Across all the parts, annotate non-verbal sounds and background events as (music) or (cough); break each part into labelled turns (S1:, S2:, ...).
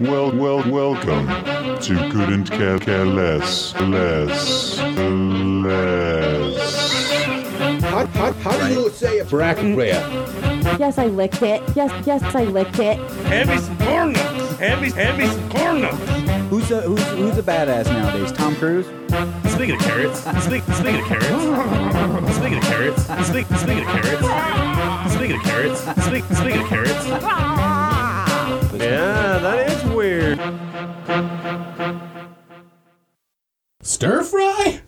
S1: Well, well, welcome to Couldn't Care, Care Less, Less, Less.
S2: How, how, how do you say a bracket rare?
S3: Yes, I licked it. Yes, yes, I licked it.
S4: Hand me some corn nuts. Hand me, hand me some corn nuts.
S5: Who's a who's who's a badass nowadays? Tom Cruise?
S4: Speaking of carrots, speak, speaking of carrots, speaking of carrots, speak, speaking of carrots, speaking of carrots, speak, speaking of carrots. Yeah, that is weird.
S6: Stir fry?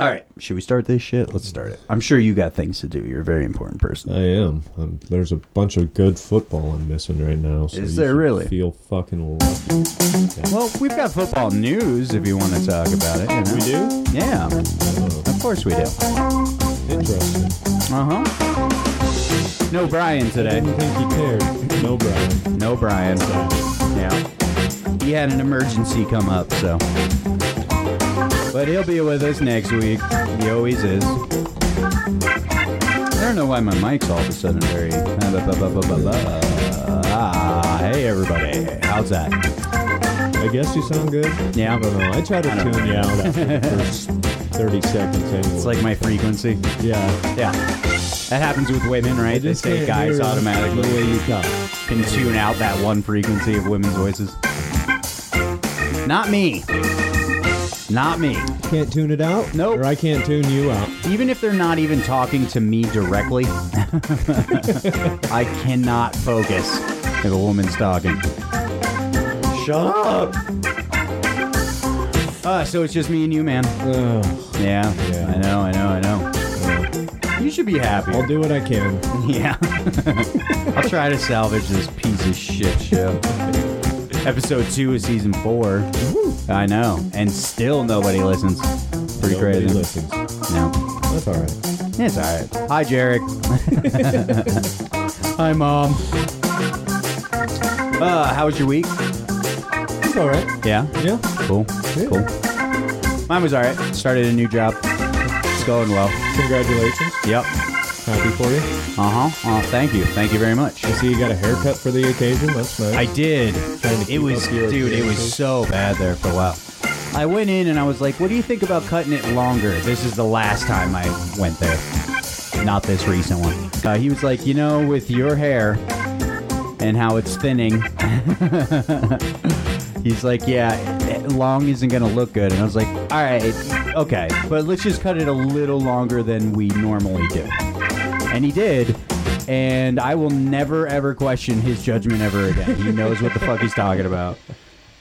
S5: All right, should we start this shit? Let's start it. I'm sure you got things to do. You're a very important person.
S6: I am. Um there's a bunch of good football I'm missing right now. So
S5: Is
S6: you
S5: there
S6: should
S5: really?
S6: Feel fucking lucky.
S5: Well, we've got football news if you want to talk about it.
S6: We do?
S5: Yeah, of course we do.
S6: Interesting.
S5: Uh huh. Uh-huh. No Brian today.
S6: Didn't think you cared. No, Brian.
S5: No Brian. Yeah. He had an emergency come up, so. But he'll be with us next week. He always is. I don't know why my mic's all of a sudden very. Ah, hey everybody, how's that?
S6: I guess you sound good.
S5: Yeah.
S6: I don't know. I try to
S5: I don't
S6: tune you out after the first 30 seconds. Anyway.
S5: It's like my frequency.
S6: yeah.
S5: Yeah, that happens with women, right? They say guys
S6: The way
S5: automatically
S6: you talk.
S5: can tune out that one frequency of women's voices. Not me. Not me.
S6: Can't tune it out?
S5: Nope.
S6: Or I can't tune you out.
S5: even if they're not even talking to me directly, (laughs) I cannot focus if a woman's talking. Shut up! Uh, so it's just me and you, man.
S6: Ugh.
S5: Yeah,
S6: Yeah.
S5: I know, I know, I know. You should be happy.
S6: I'll do what I can.
S5: Yeah. (laughs) I'll try to salvage this piece of shit show. Episode two of season four. I know, and still nobody listens. Pretty
S6: Nobody
S5: crazy.
S6: listens.
S5: No.
S6: That's all right.
S5: It's all right. Hi, Jarek. Hi, Mom. Uh, how was your week?
S6: It's all right.
S5: Yeah.
S6: Yeah.
S5: Cool.
S6: Yeah.
S5: Cool. Mine was all right. Started a new job. It's going well.
S6: Congratulations.
S5: Yep.
S6: Happy for you.
S5: Uh huh. Uh, thank you. Thank you very much.
S6: I see you got a haircut for the occasion. That's nice.
S5: I did.
S6: Trying to
S5: It
S6: keep
S5: was,
S6: up your
S5: dude, it was
S6: appearances.
S5: so bad there for a while. I went in and I was like, what do you think about cutting it longer? This is the last time I went there. Not this recent one. Uh, he was like, you know, with your hair and how it's thinning, (laughs) he's like, yeah, long isn't going to look good. And I was like, all right, okay, but let's just cut it a little longer than we normally do and he did. And I will never ever question his judgment ever again. He knows what the fuck he's talking about.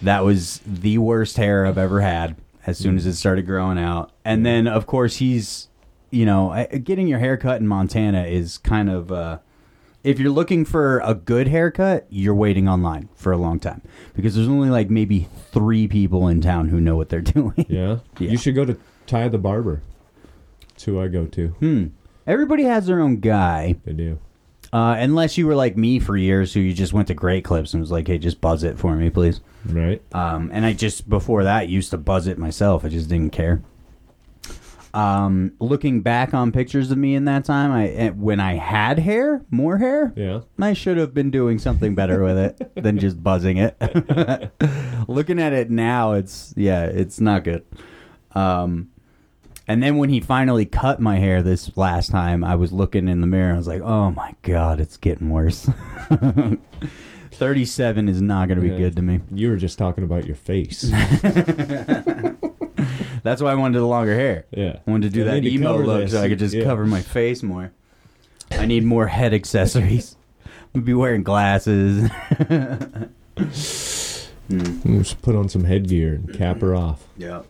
S5: That was the worst hair I've ever had. As soon as it started growing out, and then of course he's, you know, I- getting your hair cut in Montana is kind of. Uh, if you're looking for a good haircut, you're waiting online for a long time because there's only like maybe three people in town who know what they're (laughs) doing.
S6: Yeah?
S5: Yeah.
S6: You should go to Ty the Barber. That's who I go to.
S5: Hmm. Everybody has their own guy.
S6: They do.
S5: Uh, unless you were like me for years, who you just went to Great Clips and was like, "Hey, just buzz it for me, please."
S6: Right?
S5: Um, and I just before that used to buzz it myself. I just didn't care. Um, looking back on pictures of me in that time, I eh, when I had hair, more hair,
S6: Yeah.
S5: I should have been doing something better with it than just buzzing it. (laughs) Looking at it now, it's yeah, it's not good. Um, and then when he finally cut my hair this last time, I was looking in the mirror. I was like, "Oh my god, it's getting worse." (laughs) Thirty-seven is not going to be
S6: Yeah.
S5: good to me.
S6: You were just talking about
S5: (laughs)
S6: your face.
S5: That's why I wanted the longer hair.
S6: Yeah.
S5: I wanted to do
S6: I
S5: that
S6: need to
S5: emo
S6: cover
S5: look
S6: this.
S5: so I could just
S6: Yeah.
S5: cover my face more. I need more head accessories. (laughs) I'm gonna be wearing glasses.
S6: Just put on some headgear and cap her off.
S5: Yeah.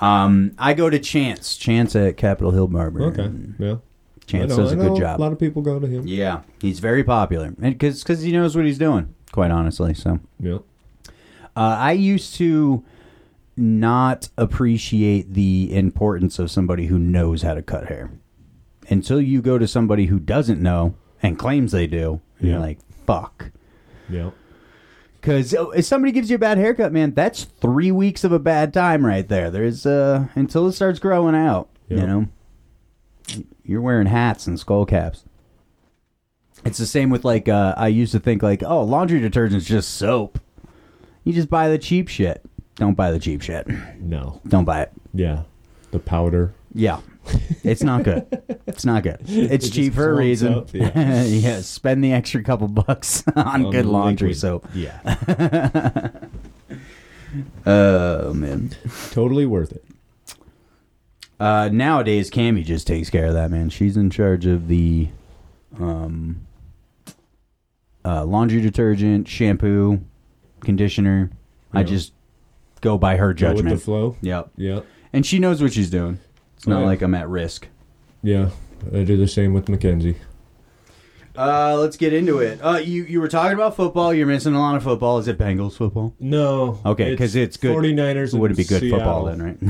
S5: Um, I go to Chance. Chance at Capitol Hill Barber.
S6: Okay. Yeah. I
S5: Chance
S6: know-
S5: Hmm. does
S6: I
S5: a good
S6: know
S5: job.
S6: A lot of people go to him. Yeah.
S5: yeah, he's very popular, and because he knows what he's doing. Quite honestly, so uh, I used to not appreciate the importance of somebody who knows how to cut hair until you go to somebody who doesn't know and claims they do. And You're
S6: Yeah.
S5: like, fuck.
S6: Yeah.
S5: Because oh, if somebody gives you a bad haircut, man, that's three weeks of a bad time right there. There's uh until it starts growing out. You
S6: Yeah.
S5: know, you're wearing hats and skull caps. It's the same with like uh, I used to think like, oh, laundry detergent's just soap. You just buy the cheap shit. Don't buy the cheap shit.
S6: No.
S5: Don't buy it.
S6: Yeah. The powder.
S5: Yeah. It's not good. It's not
S6: (laughs)
S5: good. It's
S6: just
S5: cheap for a
S6: clumps
S5: reason. (laughs)
S6: up,
S5: yeah.
S6: yeah.
S5: spend the extra couple bucks (laughs) on
S6: on
S5: good
S6: the
S5: laundry
S6: Um, liquid.
S5: soap.
S6: Yeah.
S5: (laughs) Oh man.
S6: totally worth it.
S5: Uh, nowadays, Cammy just takes care of that man. She's in charge of the, um, uh, laundry detergent, shampoo, conditioner. I
S6: Yeah.
S5: just go by her
S6: Go with
S5: judgment.
S6: the flow.
S5: Yep.
S6: Yeah.
S5: And she knows what she's doing. It's not
S6: Right.
S5: like I'm at risk.
S6: Yeah. I do the same with Mackenzie.
S5: Uh, let's get into it. Uh, you you were talking about football. You're missing a lot of football. Is it Bengals football?
S6: No.
S5: Okay, because it's, good.
S6: 49ers.
S5: Would
S6: and
S5: it be good
S6: Seattle.
S5: football then, right?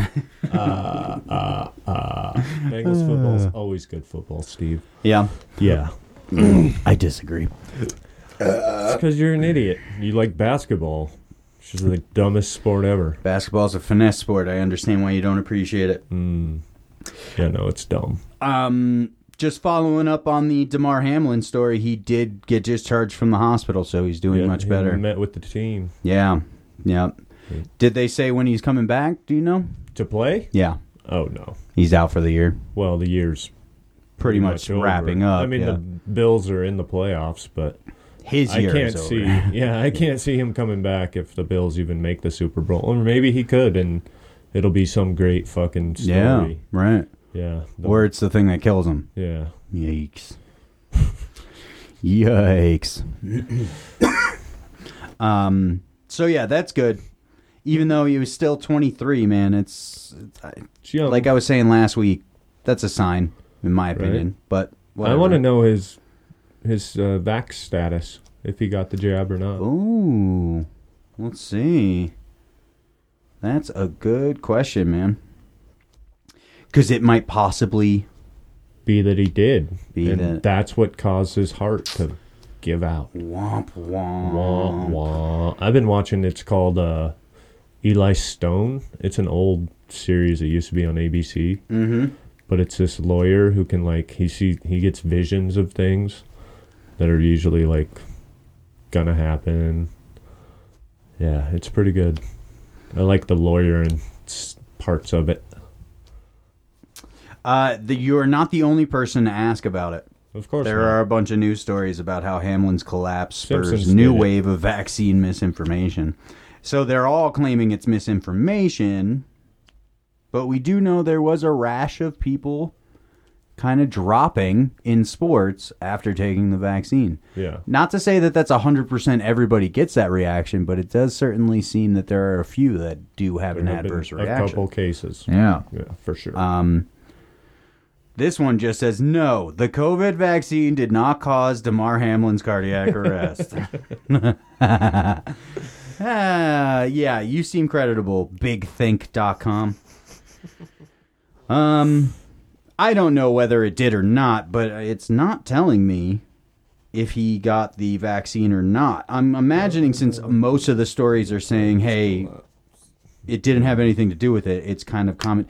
S5: (laughs)
S6: Bengals football's always good football, Steve.
S5: yeah.
S6: Ah. Yeah.
S5: I disagree.
S6: It's because you're an idiot. You like basketball. It's just the dumbest sport ever.
S5: Basketball's a finesse sport. I understand why you don't appreciate it.
S6: Yeah, no, it's dumb.
S5: Um, just following up on the Demar Hamlin story, he did get discharged from the hospital, so he's doing
S6: Yeah,
S5: much
S6: he
S5: better.
S6: Met with the team
S5: yeah, yeah. Did they say when he's coming back? Do you know?
S6: to play.
S5: Yeah,
S6: Oh no.
S5: he's out for the year.
S6: Well, the year's
S5: Pretty, much,
S6: over.
S5: wrapping up.
S6: I mean,
S5: yeah.
S6: the Bills are in the playoffs, but
S5: his
S6: I
S5: year
S6: can't
S5: is over. (laughs)
S6: see. (laughs) Yeah, I can't see him coming back if the Bills even make the Super Bowl, or maybe he could, and it'll be some great fucking
S5: Yeah,
S6: story.
S5: right.
S6: Yeah. the-
S5: Or it's the thing that kills him.
S6: yeah.
S5: Yikes. Yikes. (coughs) um. So yeah, that's good. Even though he was still 23, man, it's, it's
S6: It's young.
S5: like I was saying last week. That's a sign, in my opinion. But
S6: I want to know his his uh, vax status if he got the jab or not.
S5: Oh, let's see. That's a good question, man. Because it might possibly
S6: Be that he did,
S5: Be
S6: and
S5: that-
S6: that's what caused his heart to give out.
S5: womp womp.
S6: Wah, wah. I've been watching. It's called uh, Eli Stone. It's an old series that used to be on ABC. Mm-hmm. But it's this lawyer who can like he see he gets visions of things that are usually like gonna happen. Yeah, it's pretty good. I like the lawyer and s- parts of it.
S5: Uh, the, you are not the only person to ask about it.
S6: Of course,
S5: There
S6: not.
S5: are a bunch of news stories about how Hamlin's collapse spurs
S6: Simpsons
S5: new
S6: did it.
S5: wave of vaccine misinformation. So they're all claiming it's misinformation, but we do know there was a rash of people kind of dropping in sports after taking the vaccine.
S6: yeah.
S5: Not to say that that's 100% everybody gets that reaction, but it does certainly seem that there are a few that do have
S6: There
S5: an
S6: have been
S5: adverse
S6: a
S5: reaction.
S6: couple cases.
S5: Yeah.
S6: Yeah, for sure.
S5: Um, this one just says no. The COVID vaccine did not cause Damar Hamlin's cardiac arrest. Ah, yeah, you seem creditable. Bigthink.com.
S6: (laughs)
S5: Um, I don't know whether it did or not, but it's not telling me if he got the vaccine or not. I'm imagining since most of the stories are saying, "Hey, it didn't have anything to do with it. It's kind of common.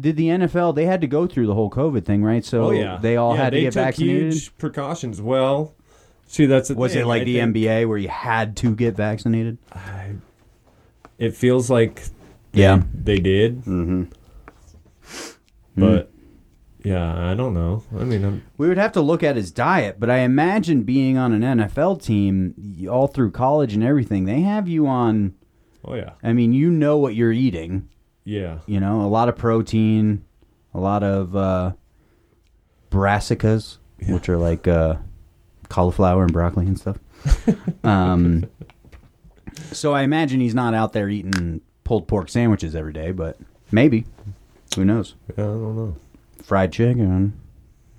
S5: Did the NFL? They had to go through the whole COVID thing, right? So they all
S6: Oh, Yeah,
S5: had to
S6: they
S5: get
S6: took
S5: vaccinated.
S6: Huge precautions. Well, see, that's the
S5: Was
S6: thing.
S5: it like
S6: I
S5: the
S6: think
S5: NBA where you had to get vaccinated?
S6: It feels like
S5: Yeah,
S6: they did. Mm-hmm. But yeah, I don't know. I mean, I'm,
S5: we would have to look at his diet, but I imagine being on an NFL team y- all through college and everything, they have you on.
S6: oh yeah,
S5: I mean, you know what you're eating.
S6: yeah,
S5: You know, a lot of protein, a lot of uh, brassicas, which are like uh, cauliflower and broccoli and
S6: (laughs)
S5: stuff. um, so I imagine he's not out there eating pulled pork sandwiches every day, but maybe. Who knows?
S6: yeah. I don't know.
S5: Fried chicken,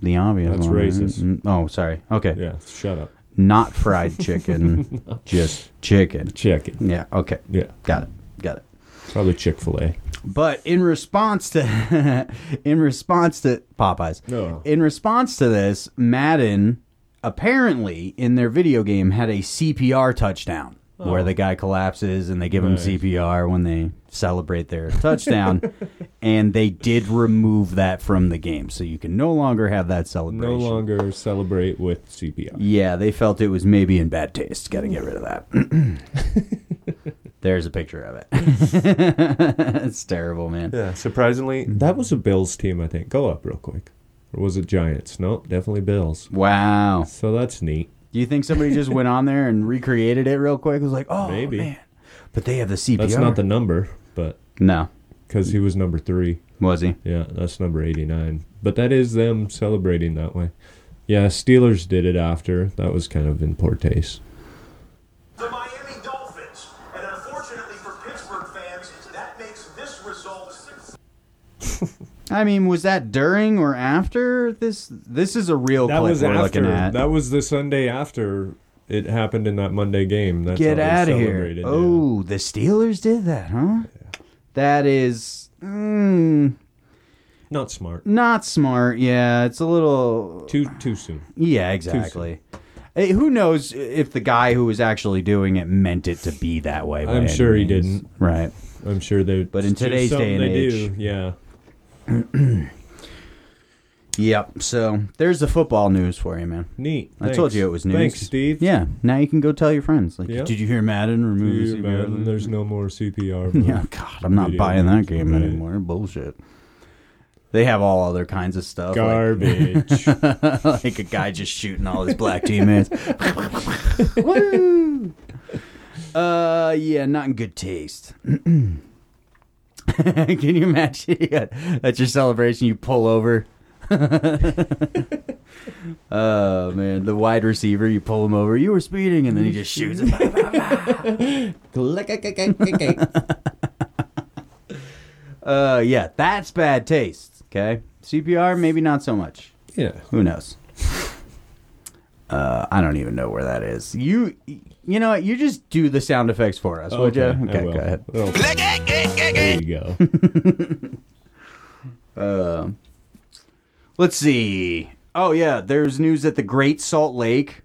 S5: the obvious
S6: That's
S5: one, right?
S6: racist.
S5: Mm, Oh, sorry. Okay.
S6: Yeah, shut up.
S5: Not
S6: (laughs)
S5: fried chicken, just chicken.
S6: Check it.
S5: Yeah, okay.
S6: Yeah,
S5: Got it. Got it.
S6: probably Chick Fil A.
S5: But in response to (laughs) in response to Popeyes.
S6: No.
S5: In response to this, Madden apparently in their video game had a CPR touchdown.
S6: Oh.
S5: where the guy collapses and they give him CPR when they celebrate their
S6: (laughs)
S5: touchdown. and they did remove that from the game, so you can no longer have that
S6: No
S5: celebration.
S6: longer celebrate with CPR.
S5: Yeah, they felt it was maybe in bad taste. Got to get rid of that.
S6: (laughs)
S5: There's a picture of it. it's terrible, man.
S6: Yeah, surprisingly, Mm-hmm. that was a Bills team. I think. Go up real quick. Or was it Giants? No, definitely Bills.
S5: Wow.
S6: So that's neat.
S5: Do you think somebody just went on there and recreated it real quick? It was like, oh
S6: Maybe.
S5: man, but they have the CPR.
S6: That's not the number, but
S5: no.
S6: because he was number three.
S5: Was he?
S6: Yeah, that's number 89. But that is them celebrating that way. Yeah, Steelers did it after. That was kind of in poor taste.
S7: the Miami Dolphins. And unfortunately for Pittsburgh fans, that makes this result
S5: I mean, was that during or after this? This is a real clip we're looking at.
S6: That was the Sunday after it happened in that Monday game. That's
S5: Get
S6: how
S5: out
S6: they
S5: of here!
S6: celebrated, yeah.
S5: Oh, the Steelers did that, huh? That is. Mm,
S6: Not smart.
S5: not smart. Yeah, it's a little.
S6: Too too soon.
S5: Yeah, exactly. Hey, who knows if the guy who was actually doing it meant it to be that way? by
S6: I'm
S5: any
S6: sure he
S5: means.
S6: didn't.
S5: Right.
S6: I'm sure they
S5: But in
S6: it's just
S5: today's
S6: something
S5: day and
S6: they
S5: age-
S6: do. Yeah.
S5: Yep. So there's the football news for you, man.
S6: Neat.
S5: I told
S6: Thanks.
S5: you it was news.
S6: Thanks, Steve.
S5: Yeah. Now you can go tell your friends. Like,
S6: Yep.
S5: did you hear Madden remove
S6: Dude,
S5: CPR?
S6: man, there's no more
S5: (laughs)
S6: CPR.
S5: Yeah, God, I'm not
S6: Video
S5: buying that game
S6: games, right.
S5: anymore. Bullshit. They have all other kinds of stuff. like- (laughs)
S6: Garbage.
S5: like a guy just shooting all his black teammates. Woo! Uh, yeah, not in good taste. (clears throat) Can you imagine? (laughs) Yeah, At your celebration, you pull over. (laughs) oh man, the wide receiver, you pull him over. You were speeding, and then he just shoots him. uh, yeah, that's bad taste. Okay, CPR maybe not so much.
S6: yeah.
S5: Who knows? Uh, I don't even know where that is. You, you know, what? you just do the sound effects for us, would you?
S6: Okay, I
S5: Okay,
S6: will.
S5: go ahead.
S6: Oh, there you go.
S5: (laughs) Let's see. Oh yeah, there's news at the Great Salt Lake,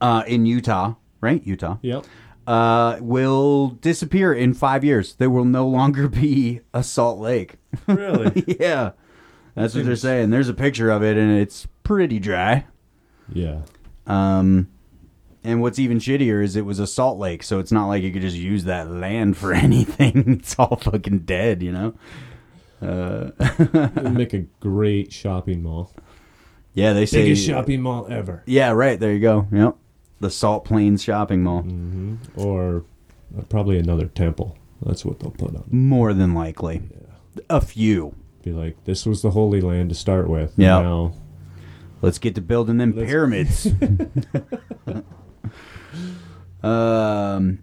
S5: uh, in Utah, right? Utah.
S6: Yep.
S5: Uh, will disappear in five years. There will no longer be a Salt Lake. (laughs)
S6: Really?
S5: yeah, that's what they're saying. There's a picture of it, and it's pretty dry.
S6: yeah.
S5: Um, and what's even shittier is it was a salt lake, so it's not like you could just use that land for (laughs) anything. It's all fucking dead, you know.
S6: It'd make a great shopping mall.
S5: Yeah, they say.
S6: Biggest shopping mall ever.
S5: Yeah, right. There you go. Yep, the Salt Plains Shopping Mall.
S6: Or uh, probably another temple. That's what they'll put on.
S5: More than likely, a few.
S6: Be like, this was the Holy Land to start with.
S5: Yeah.
S6: Now,
S5: Let's get to building them
S6: Let's-
S5: pyramids. um,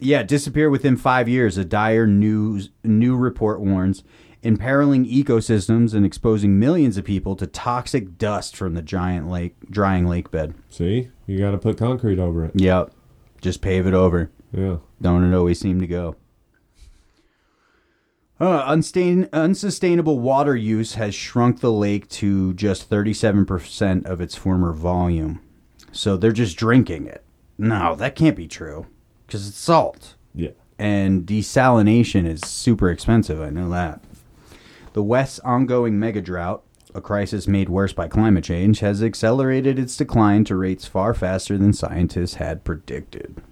S5: yeah, disappear within five years. A dire news new report warns, imperiling ecosystems and exposing millions of people to toxic dust from the giant lake drying lake bed.
S6: see, you got to put concrete over it.
S5: Yep, just pave it over.
S6: Yeah.
S5: Don't it always seem to go? Uh, unstain, unsustainable water use has shrunk the lake to just 37% of its former volume. So they're just drinking it. No, that can't be true because it's salt.
S6: Yeah.
S5: And desalination is super expensive. I know that. The West's ongoing mega drought, a crisis made worse by climate change, has accelerated its decline to rates far faster than scientists had predicted.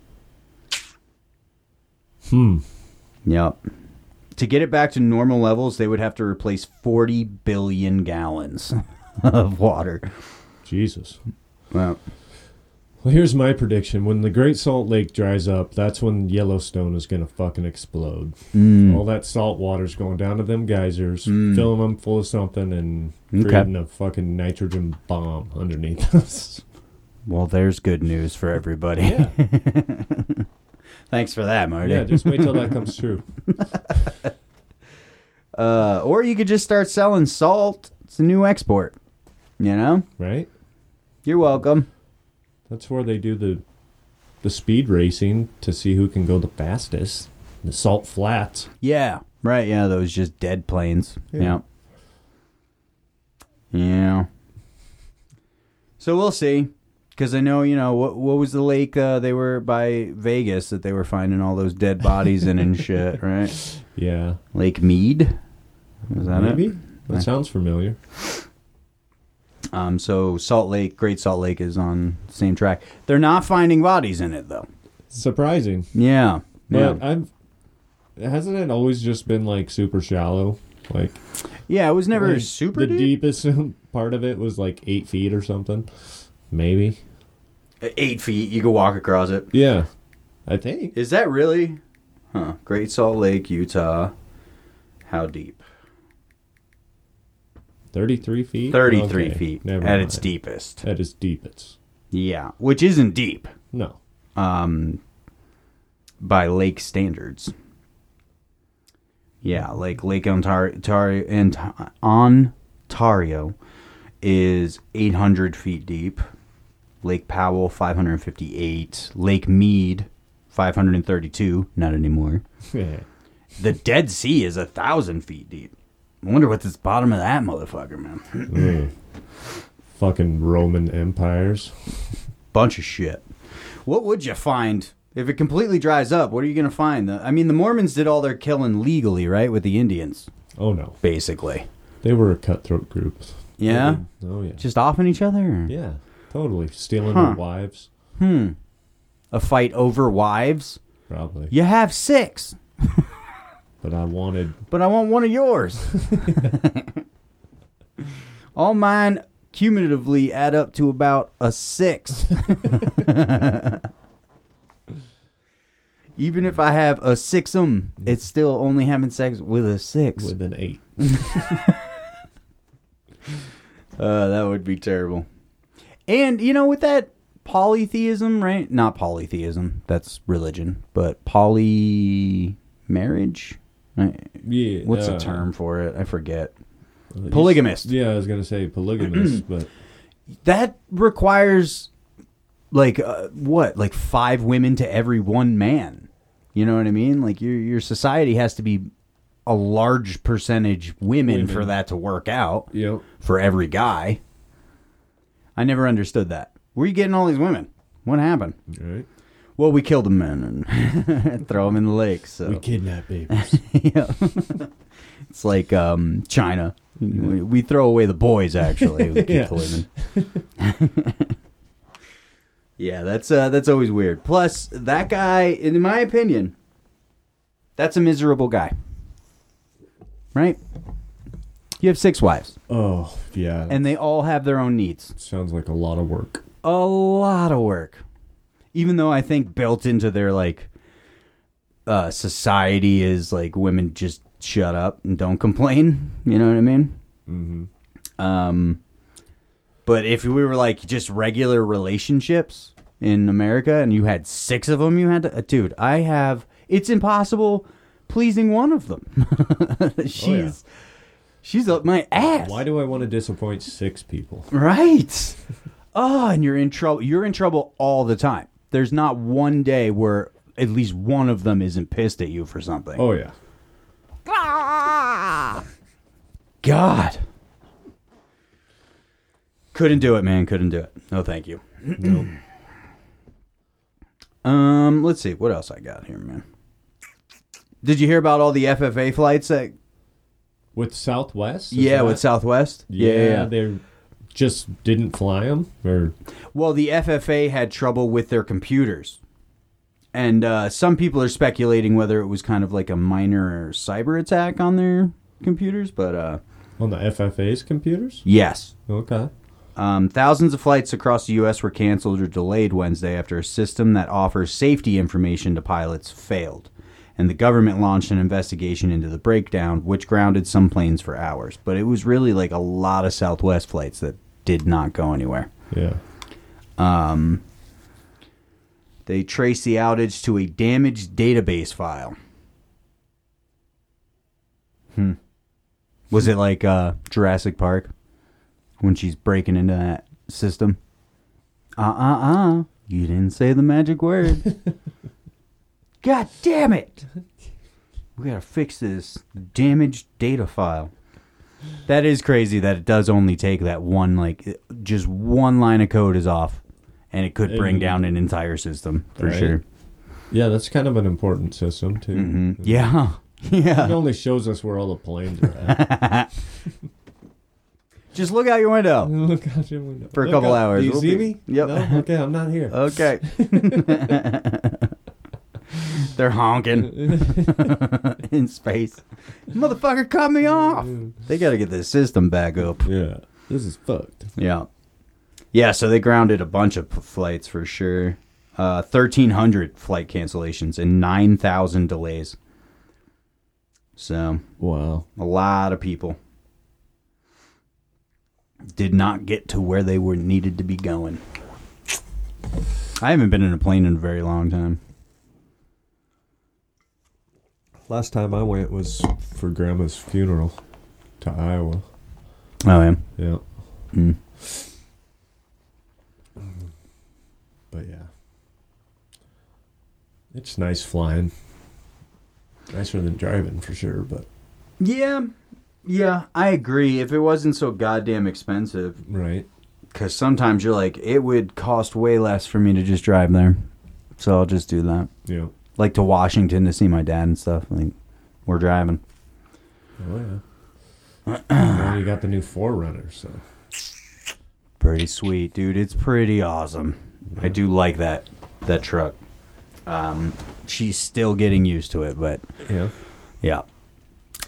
S6: Hmm.
S5: Yep. To get it back to normal levels, they would have to replace 40 billion gallons (laughs) of water.
S6: Jesus.
S5: Well,
S6: Well, here's my prediction. When the Great Salt Lake dries up, that's when Yellowstone is going to fucking explode.
S5: Mm.
S6: All that salt water's going down to them geysers, filling them full of something, and
S5: Okay.
S6: creating a fucking nitrogen bomb underneath us.
S5: well, there's good news for everybody.
S6: Yeah.
S5: (laughs) Thanks for that, Marty.
S6: Yeah, just wait till that comes true.
S5: Uh, or you could just start selling salt. It's a new export. You know?
S6: Right?
S5: You're welcome.
S6: That's where they do the the speed racing to see who can go the fastest. The salt flats.
S5: Yeah. Right. Yeah. Those just dead planes. Yeah.
S6: Yeah.
S5: Yeah. So we'll see. Because I know, you know, what what was the lake uh, they were by Vegas that they were finding all those dead bodies in and shit, (laughs) right?
S6: Yeah.
S5: Lake Mead? Was that it?
S6: Maybe. That sounds familiar.
S5: Um, so Salt Lake, Great Salt Lake is on the same track. They're not finding bodies in it, though.
S6: Surprising.
S5: Yeah. Yeah.
S6: But I've hasn't it always just been like super shallow? Like
S5: yeah, it was never
S6: like,
S5: super
S6: the
S5: deep.
S6: deepest (laughs) part of it was like eight feet or something. Maybe.
S5: Eight feet. You could walk across it.
S6: Yeah. I think.
S5: Is that really? Huh. Great Salt Lake, Utah. How deep?
S6: Thirty three feet.
S5: 33
S6: Okay,
S5: feet
S6: Never
S5: at
S6: mind.
S5: its deepest.
S6: At its deepest.
S5: Yeah, which isn't deep
S6: No.
S5: um, by lake standards. Yeah, like Lake Ontario, Ontario, Ant- Ontario is 800 feet deep. Lake Powell, 558. Lake Mead, 532. Not anymore.
S6: (laughs) Yeah.
S5: The Dead Sea is a thousand feet deep. I wonder what's at the bottom of that motherfucker, man.
S6: Mm. Fucking Roman empires.
S5: Bunch of shit. What would you find if it completely dries up? What are you gonna find? The- I mean, the Mormons did all their killing legally, right, with the Indians,
S6: Oh no.
S5: basically.
S6: They were a cutthroat group.
S5: Yeah,
S6: Oh yeah.
S5: just offing each other.
S6: yeah. Totally. Stealing
S5: Huh.
S6: their wives.
S5: A fight over wives.
S6: Probably.
S5: You have six,
S6: But I wanted
S5: but I want one of
S6: (laughs)
S5: yours. all mine cumulatively add up to about a
S6: (laughs)
S5: six. Even if I have a sixum, it's still only having sex with a six.
S6: Mm-hmm. with an eight.
S5: Uh, that would be terrible. And you know, with that polytheism, right? Not polytheism. That's religion, but poly marriage. I-
S6: Yeah.
S5: What's
S6: uh,
S5: the term for it? I forget.
S6: you s-
S5: Polygamist.
S6: Yeah, I was gonna say
S5: (clears throat)
S6: polygamist, but
S5: That requires like uh, what? Like five women to every one man. You know what I mean? Like your your society has to be a large percentage women.
S6: Women.
S5: for that to work out.
S6: yep.
S5: for every guy. I never understood that. Where you getting all these women? What happened?
S6: Right.
S5: Well, we killed the men and (laughs) throw them in the lake. So
S6: kidnap
S5: (laughs)
S6: babies.
S5: yeah. it's like um, China. We, we throw away the boys. Actually, we keep
S6: Yeah.
S5: the (laughs) women. (laughs) yeah, that's uh, that's always weird. Plus, that guy, in my opinion, that's a miserable guy. Right? You have six wives,
S6: oh yeah.
S5: and they all have their own needs.
S6: sounds like a lot of work.
S5: a lot of work. Even though I think built into their like uh society is like women just shut up and don't complain. You know what I mean? Mm-hmm. Um, but if we were like just regular relationships in America and you had six of them, you had to, uh, dude, I have, it's impossible pleasing one of them. (laughs) she's, she's up my ass.
S6: Why do I want to disappoint six people?
S5: Right. (laughs) Oh, and you're in trouble. You're in trouble all the time. There's not one day where at least one of them isn't pissed at you for something.
S6: Oh yeah.
S5: God. Couldn't do it, man. Couldn't do it. No, thank
S6: (clears throat)
S5: you.
S6: No.
S5: Um, let's see what else I got here, man. Did you hear about all the FFA flights that?
S6: With Southwest? is
S5: yeah,
S6: that-
S5: with Southwest.
S6: Yeah, they just didn't fly them or
S5: Well, the FFA had trouble with their computers. And uh, some people are speculating whether it was kind of like a minor cyber attack on their computers, but uh,
S6: on the FFA's computers.
S5: yes.
S6: Okay.
S5: Um, thousands of flights across the U.S. were canceled or delayed Wednesday after a system that offers safety information to pilots failed. And the government launched an investigation into the breakdown, which grounded some planes for hours. But it was really like a lot of Southwest flights that did not go anywhere. Um,
S6: Yeah.
S5: They trace the outage to a damaged database file. Hmm. Was it like uh, Jurassic Park when she's breaking into that system? Uh uh uh. You didn't say the magic word. God damn it! We gotta fix this damaged data file. That is crazy that it does only take that one, like, just one line of code is off and it could bring
S6: And-
S5: down an entire system for
S6: Right.
S5: sure.
S6: Yeah, that's kind of an important system too.
S5: Mm-hmm. Yeah,
S6: It
S5: (laughs) yeah.
S6: only shows us where all the planes are at.
S5: (laughs)
S6: (laughs)
S5: Just look out your window.
S6: Look out your window.
S5: For a
S6: Look
S5: couple
S6: up.
S5: hours.
S6: Do you
S5: We'll
S6: see
S5: be- Oh.
S6: me?
S5: Yep.
S6: No? Okay, I'm not here.
S5: (laughs) Okay. (laughs) They're honking (laughs) in space. Motherfucker cut me off. They got to get this system back up.
S6: yeah, this is fucked.
S5: Yeah. Yeah, so they grounded a bunch of p- flights for sure. Uh, 1,300 flight cancellations and 9,000 delays. So,
S6: Wow.
S5: a lot of people did not get to where they were needed to be going. I haven't been in a plane in a very long time.
S6: Last time I went was for grandma's funeral to Iowa.
S5: Oh, yeah.
S6: Yeah.
S5: Mm.
S6: But yeah. It's nice flying. Nicer than driving for sure, but
S5: Yeah. Yeah, I agree. If it wasn't so goddamn expensive,
S6: right.
S5: because sometimes you're like, it would cost way less for me to just drive there. So I'll just do that.
S6: Yeah.
S5: Like to Washington to see my dad and stuff. Like, we're driving.
S6: Oh yeah. now you got the new Forerunner, so
S5: Pretty sweet, dude. It's pretty awesome. I do like that that truck. Um, she's still getting used to it, but
S6: yeah.
S5: yeah.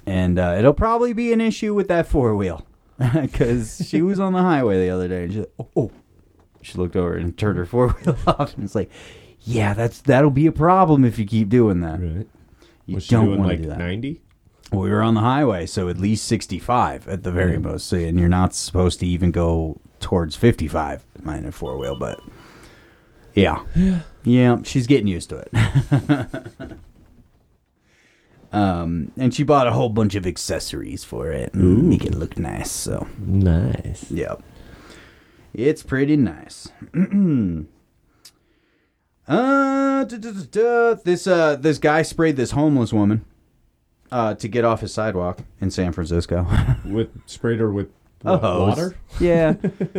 S5: And uh, it'll probably be an issue with that four wheel (laughs) because she was on the highway the other day and she oh, oh. she looked over and turned her four wheel (laughs) off and it's like, yeah, that's that'll be a problem if you keep doing that.
S6: Right.
S5: You
S6: Was she
S5: don't
S6: doing
S5: want to
S6: like
S5: do that.
S6: ninety?
S5: Well, we were on the highway, so at least 65 at the very most. So, and you're not supposed to even go towards 55, mine a four wheel, but yeah. yeah. she's getting used to it. (laughs) um, and she bought a whole bunch of accessories for it and make it look nice. So,
S6: Nice.
S5: yeah. It's pretty nice. (clears throat) uh, duh, duh, duh, duh. this uh, this guy sprayed this homeless woman uh, to get off his sidewalk in San Francisco. (laughs)
S6: With sprayed her with
S5: A
S6: what,
S5: hose.
S6: water? (laughs)
S5: Yeah,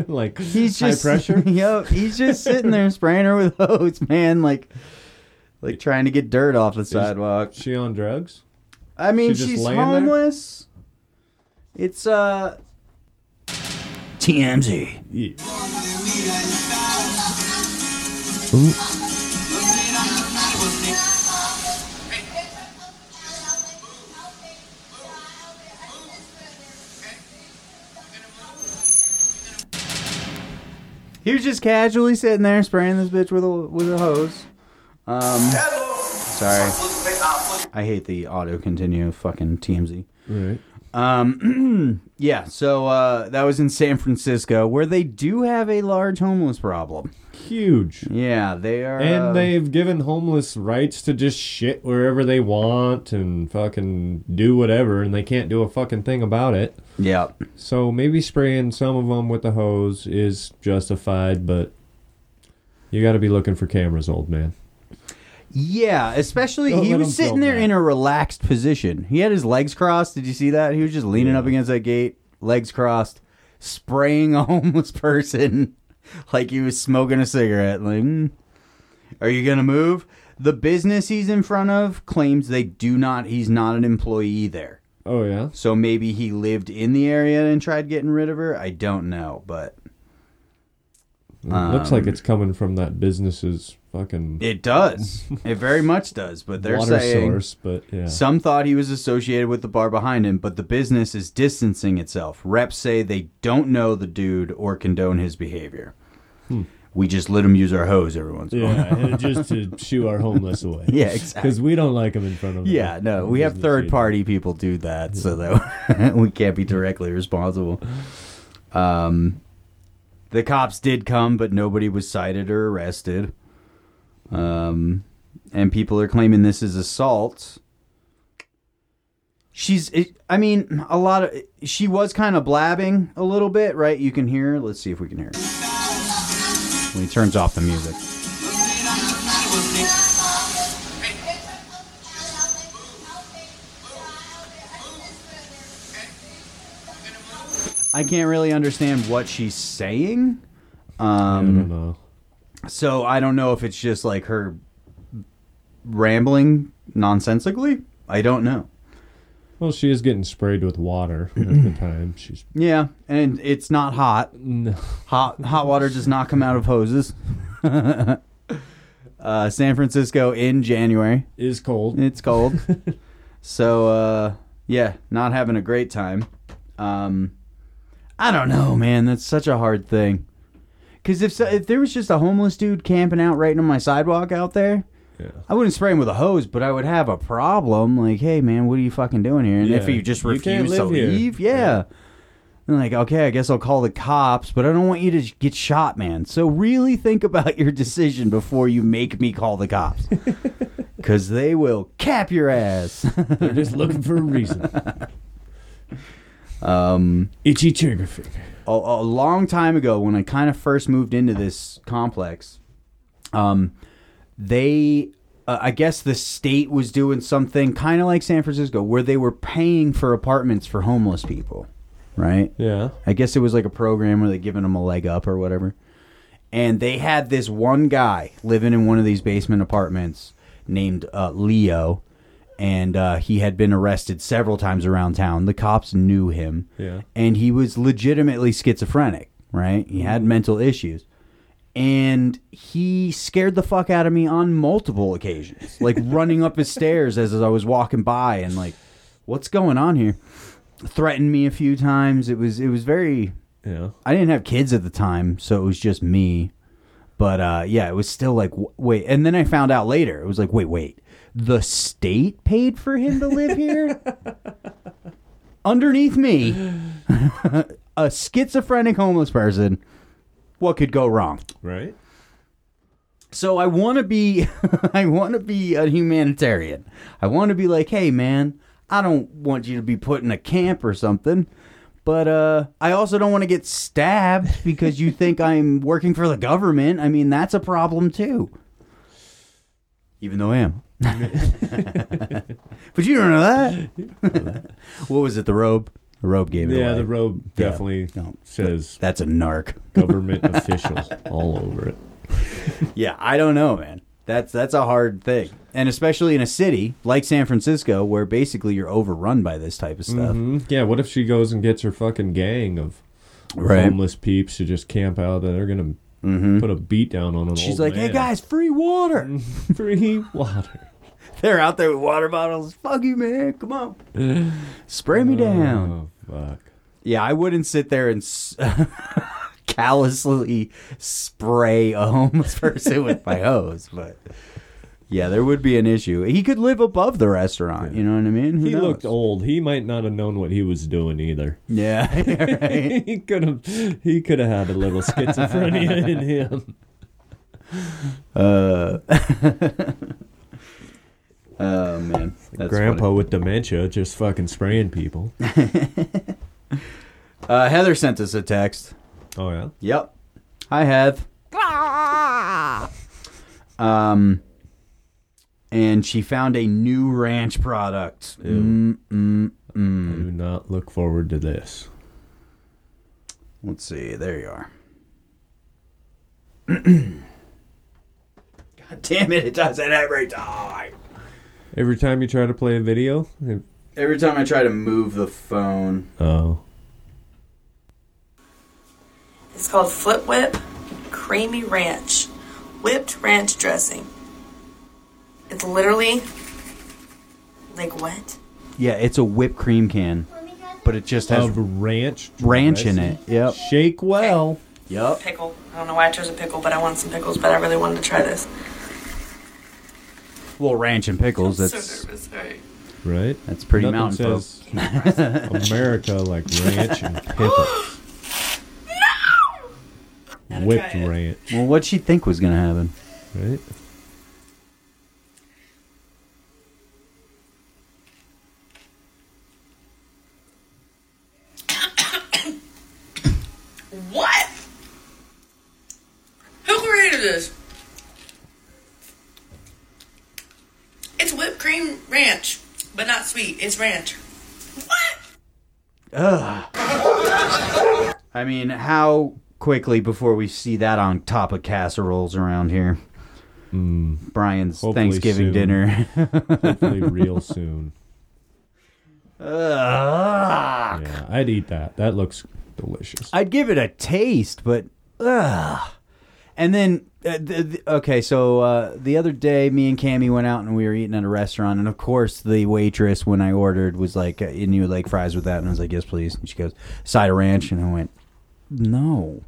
S6: like
S5: Oh, he's just
S6: high
S5: (laughs)
S6: pressure?
S5: Yo, he's just sitting there spraying her with (laughs) hose, man. Like, like trying to get dirt off the sidewalk.
S6: she on drugs?
S5: I mean,
S6: She just
S5: she's
S6: laying there?
S5: homeless. It's uh, TMZ.
S6: Yeah.
S5: He was just casually sitting there spraying this bitch with a with a hose. Um, sorry,
S8: Ah,
S5: I hate the auto continue fucking TMZ.
S6: Right.
S5: Um, (clears throat) yeah, so uh, that was in San Francisco, where they do have a large homeless problem.
S6: Huge.
S5: Yeah, they are. uh,
S6: And they've given homeless rights to just shit wherever they want and fucking do whatever, and they can't do a fucking thing about it.
S5: Yeah,
S6: So maybe spraying some of them with a hose is justified, but you got to be looking for cameras, old man.
S5: yeah. Especially
S6: Don't
S5: he
S6: let
S5: was
S6: him
S5: sitting
S6: film
S5: there
S6: that.
S5: in a relaxed position. He had his legs crossed. Did you see that? He was just leaning
S6: Yeah.
S5: up against that gate, legs crossed, spraying a (laughs) homeless person like he was smoking a cigarette. Like, "Mm, are you gonna move? The business he's in front of claims they do not. He's not an employee there.
S6: Oh yeah,
S5: So maybe he lived in the area and tried getting rid of her. I don't know, but
S6: looks like
S5: Um,
S6: it's coming from that business's fucking
S5: it
S6: (laughs)
S5: does. it very much does. But they're
S6: water
S5: saying
S6: source, but yeah,
S5: some thought he was associated with the bar behind him, but the business is distancing itself. Reps say they don't know the dude or condone his behavior. We just let him use our hose every once in a while.
S6: Hmm.
S5: (laughs)
S6: yeah, and just to shoo our homeless away.
S5: Yeah, exactly.
S6: because we don't like them in front of. the
S5: Yeah, no, we have
S6: business
S5: third
S6: people.
S5: party people do that so that (laughs) we can't be directly responsible. Um, the cops did come, but nobody was cited or arrested. Um, and people are claiming this is assault. She's, it, I mean, a lot of she was kind of blabbing a little bit, right? You can hear. Let's see if we can hear. It. When he turns off the music. I can't really understand what she's saying.
S6: I don't know.
S5: So I don't know if it's just like her rambling nonsensically. I don't know.
S6: Well, she is getting sprayed with water at the time. She's
S5: Yeah, and it's not hot.
S6: no.
S5: Hot hot water does not come out of hoses. uh, San Francisco in January. (laughs)
S6: is cold.
S5: It's cold. so uh, yeah, not having a great time. Um, I don't know, man. That's such a hard thing. Because if so, if there was just a homeless dude camping out right on my sidewalk out there,
S6: Yeah.
S5: I wouldn't spray him with a hose, but I would have a problem. Like, hey, man, what are you fucking doing here? And if
S6: Yeah.
S5: you just
S6: You can't
S5: refuse to
S6: live here.
S5: leave, yeah. And like, okay, I guess I'll call the cops, but I don't want you to get shot, man. So really think about your decision before you make me call the
S6: (laughs)
S5: cops. (laughs) Because they will cap your ass.
S6: They're just looking for a reason.
S5: um,
S6: Itchy trigger finger.
S5: a, a long time ago, when I kind of first moved into this complex, um, they, uh, I guess the state was doing something kind of like San Francisco where they were paying for apartments for homeless people, right?
S6: Yeah.
S5: I guess it was like a program where they're giving them a leg up or whatever. And they had this one guy living in one of these basement apartments named uh, Leo. And uh, he had been arrested several times around town. The cops knew him.
S6: Yeah.
S5: And he was legitimately schizophrenic, right? He had mental issues. And he scared the fuck out of me on multiple occasions, like running up his stairs as I was walking by and like, what's going on here? threatened me a few times. It was it was very.
S6: Yeah.
S5: I didn't have kids at the time, so it was just me. But uh, yeah, it was still like w- wait, and then I found out later. It was like wait, wait, the state paid for him to live here underneath me, (laughs) a schizophrenic homeless person. What could go wrong?
S6: Right.
S5: So I want to be, (laughs) I want to be a humanitarian. I want to be like, hey man, I don't want you to be put in a camp or something, but uh, I also don't want to get stabbed because you
S6: (laughs)
S5: think I'm working for the government. I mean, that's a problem too. Even though I am, (laughs) but you don't know that.
S6: (laughs)
S5: what was it? The robe. The robe gave it
S6: Yeah.
S5: away.
S6: The robe
S5: Yeah.
S6: definitely
S5: No. (laughs)
S6: says
S5: That's a narc.
S6: government official all over it.
S5: Yeah, I don't know, man. That's that's a hard thing, and especially in a city like San Francisco, where basically you're overrun by this type of stuff.
S6: Mhm. Yeah. What if she goes and gets her fucking gang of
S5: Right. Mm-hmm.
S6: homeless peeps to just camp out? That they're gonna put a beat down on them.
S5: She's like, "Hey guys, free water!"
S6: (laughs)
S5: (laughs)
S6: free water."
S5: They're out there with water bottles. Fuck you, man! Come on,
S6: (sighs)
S5: spray me down.
S6: Oh fuck.
S5: Yeah, I wouldn't sit there and s- (laughs) callously spray a homeless (laughs) person with
S6: (laughs)
S5: my hose, but yeah, there would be an issue. He could live above the restaurant. You know what I mean? Who
S6: He
S5: knows?
S6: looked old. He might not have known what he was doing either.
S5: Yeah, (laughs) right.
S6: (laughs) he could have. He could have had a little
S5: (laughs)
S6: schizophrenia in him.
S5: Uh, oh
S6: (laughs)
S5: man, That's
S6: Grandpa
S5: funny.
S6: with dementia just fucking spraying people.
S5: Uh, Heather sent us a text.
S6: Oh yeah.
S5: Yep. Hi, Heath. um, and she found a new ranch product. Mm, mm, mm.
S6: Do not look forward to this.
S5: Let's see. There you (clears throat) are. God damn it! It does it every time.
S6: Every time you try to play a video, it-
S5: Every time I try to move the phone.
S6: oh,
S8: It's called Flip Whip Creamy Ranch, whipped ranch dressing. It's literally like what?
S5: Yeah, it's a whipped cream can, but it just has
S6: of ranch,
S5: ranch in it. Yep.
S6: Shake well.
S5: Yep.
S8: Pickle. I don't know why I chose a pickle, but I want some pickles. But I really wanted to try this.
S5: Well, ranch and pickles.
S8: I'm
S5: That's
S8: so nervous. Sorry.
S6: Right.
S5: that's pretty mountain
S6: Nothing
S5: folk.
S6: says America like ranch and pickles. Whipped
S8: try it.
S6: ranch,
S5: Well, what'd she think was gonna happen?
S6: right?
S8: What? Who created this? It's whipped cream ranch, but not sweet. It's ranch. What?
S5: I mean, how quickly before we see that on top of casseroles around here. Brian's
S6: Hmm. Hopefully
S5: Thanksgiving
S6: soon. (laughs)
S5: dinner.
S6: Hopefully, real soon.
S5: Ugh.
S6: Yeah, I'd eat that. That looks delicious.
S5: I'd give it a taste, but ugh. And then, uh, th- th- okay, so uh, the other day, me and Cammy went out and we were eating at a restaurant, and of course, the waitress when I ordered was like, uh, "And you would like fries with that?" And I was like, "Yes, please." And she goes, "Side of ranch," and I went, "No."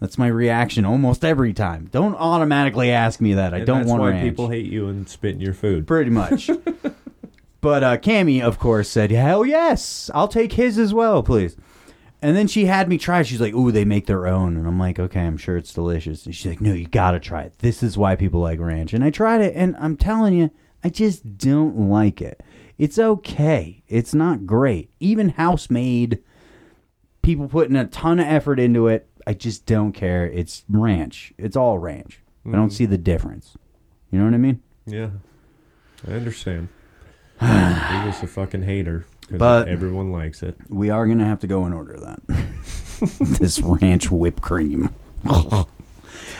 S5: That's my reaction almost every time. Don't automatically ask me that. I
S6: And
S5: don't
S6: that's
S5: want
S6: why
S5: ranch
S6: people hate you and spit in your food.
S5: pretty much. but uh, Cammy, of course, said, "Hell yes, I'll take his as well, please." And then she had me try. it. She's like, "Ooh, they make their own," and I'm like, "Okay, I'm sure it's delicious." And she's like, "No, you gotta try it. This is why people like ranch." And I tried it, and I'm telling you, I just don't like it. It's okay. It's not great. Even house made, people putting a ton of effort into it. I just don't care. It's ranch. It's all ranch. I don't see the difference. You know what I mean?
S6: Yeah, I understand. You're just a fucking hater, 'cause
S5: But-
S6: everyone likes it.
S5: We are gonna have to go and order that. (laughs) this ranch whipped cream. (laughs)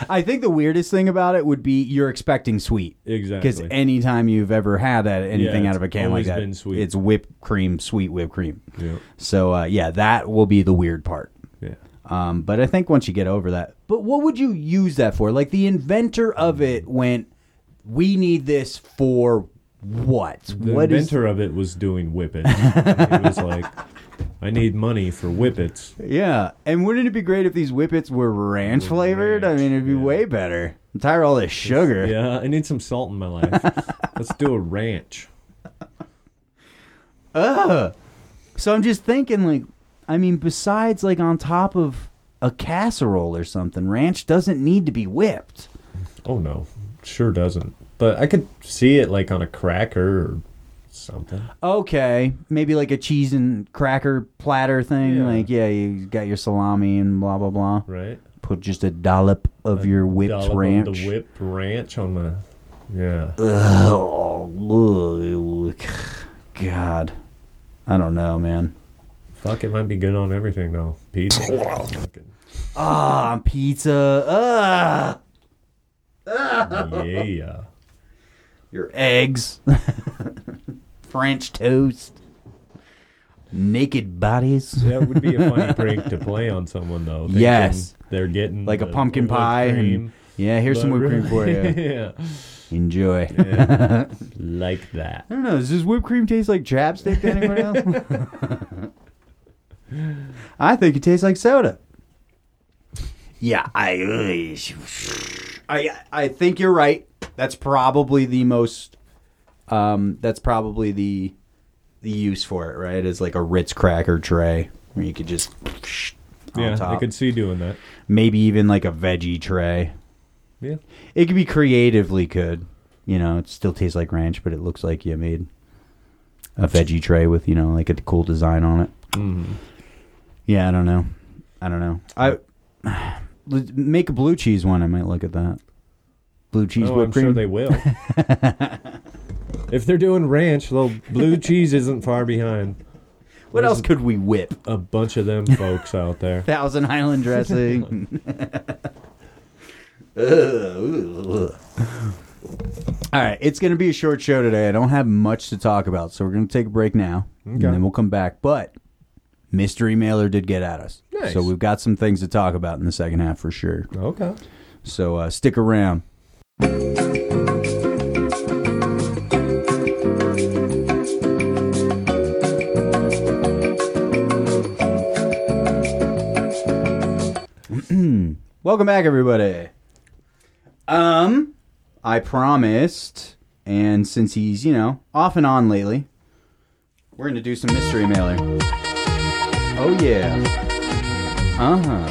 S5: I think the weirdest thing about it would be you're expecting sweet. Because
S6: Exactly.
S5: anytime you've ever had that anything
S6: Yeah,
S5: out of a
S6: it's
S5: can like
S6: always
S5: that,
S6: been sweet.
S5: it's whipped cream, sweet whipped cream.
S6: yeah,
S5: So uh, yeah, that will be the weird part.
S6: yeah.
S5: Um, but I think once you get over that, but what would you use that for? Like the inventor of it went, "We need this for what?
S6: The
S5: What is-
S6: inventor of it was doing whippets. he was like, "I need money for whippets."
S5: Yeah, and wouldn't it be great if these whippets were ranch flavored? I mean, it'd be way better. I'm tired of all this sugar.
S6: Yeah, I need some salt in my life. Let's do a ranch.
S5: So I'm just thinking, like, I mean, besides like on top of a casserole or something, ranch doesn't need to be whipped.
S6: Oh no, sure doesn't. But I could see it like on a cracker or something.
S5: Okay, maybe like a cheese and cracker platter thing.
S6: Yeah.
S5: Like, yeah, you got your salami and blah blah blah.
S6: Right.
S5: Put just a dollop of your whipped
S6: Dollop of
S5: ranch.
S6: The whipped ranch on the. Yeah.
S5: Oh, ugh, God, I don't know, man.
S6: Fuck, it might be good on everything though.
S5: (laughs)
S6: Pizza. Fucking-
S5: Ah, pizza. Ah,
S6: yeah.
S5: your eggs. French toast. Naked bodies.
S6: That would be a funny prank to play on someone though. thinking
S5: Yes.
S6: They're getting
S5: Like a
S6: the
S5: pumpkin
S6: whipped
S5: pie. and-
S6: cream,
S5: yeah, here's some
S6: but
S5: whipped cream for
S6: really-
S5: you.
S6: (laughs) yeah.
S5: Enjoy.
S6: Yeah. like that.
S5: I don't know. Does this whipped cream taste like chapstick to anyone else? (laughs) I think it tastes like soda. Yeah, I, I, I think you're right. That's probably the most. Um, that's probably the, the use for it. Right, is like a Ritz cracker tray where you could just. On
S6: Yeah, I
S5: top.
S6: could see doing that.
S5: maybe even like a veggie tray.
S6: Yeah.
S5: It could be creatively good. You know, it still tastes like ranch, but it looks like you made a veggie tray with, you know, like a cool design on it.
S6: Mm-hmm.
S5: Yeah, I don't know. I don't know. I (sighs) make a blue cheese one. I might look at that. Blue cheese
S6: Oh,
S5: whipped cream.
S6: I'm sure
S5: (laughs)
S6: they will. if they're doing ranch, though, blue cheese isn't far behind.
S5: what else could we whip?
S6: A bunch of
S5: (laughs)
S6: them folks out there.
S5: Thousand Island
S6: (laughs)
S5: dressing. All right, it's going to be a short show today. I don't have much to talk about, so we're going to take a break now, and
S6: Okay.
S5: then we'll come back. But mystery mailer did get at us,
S6: Nice.
S5: so we've got some things to talk about in the second half for sure.
S6: Okay.
S5: So uh, stick around. Welcome back, everybody. Um, I promised, and since he's you know off and on lately, we're gonna do some mystery mailer. Oh yeah. Uh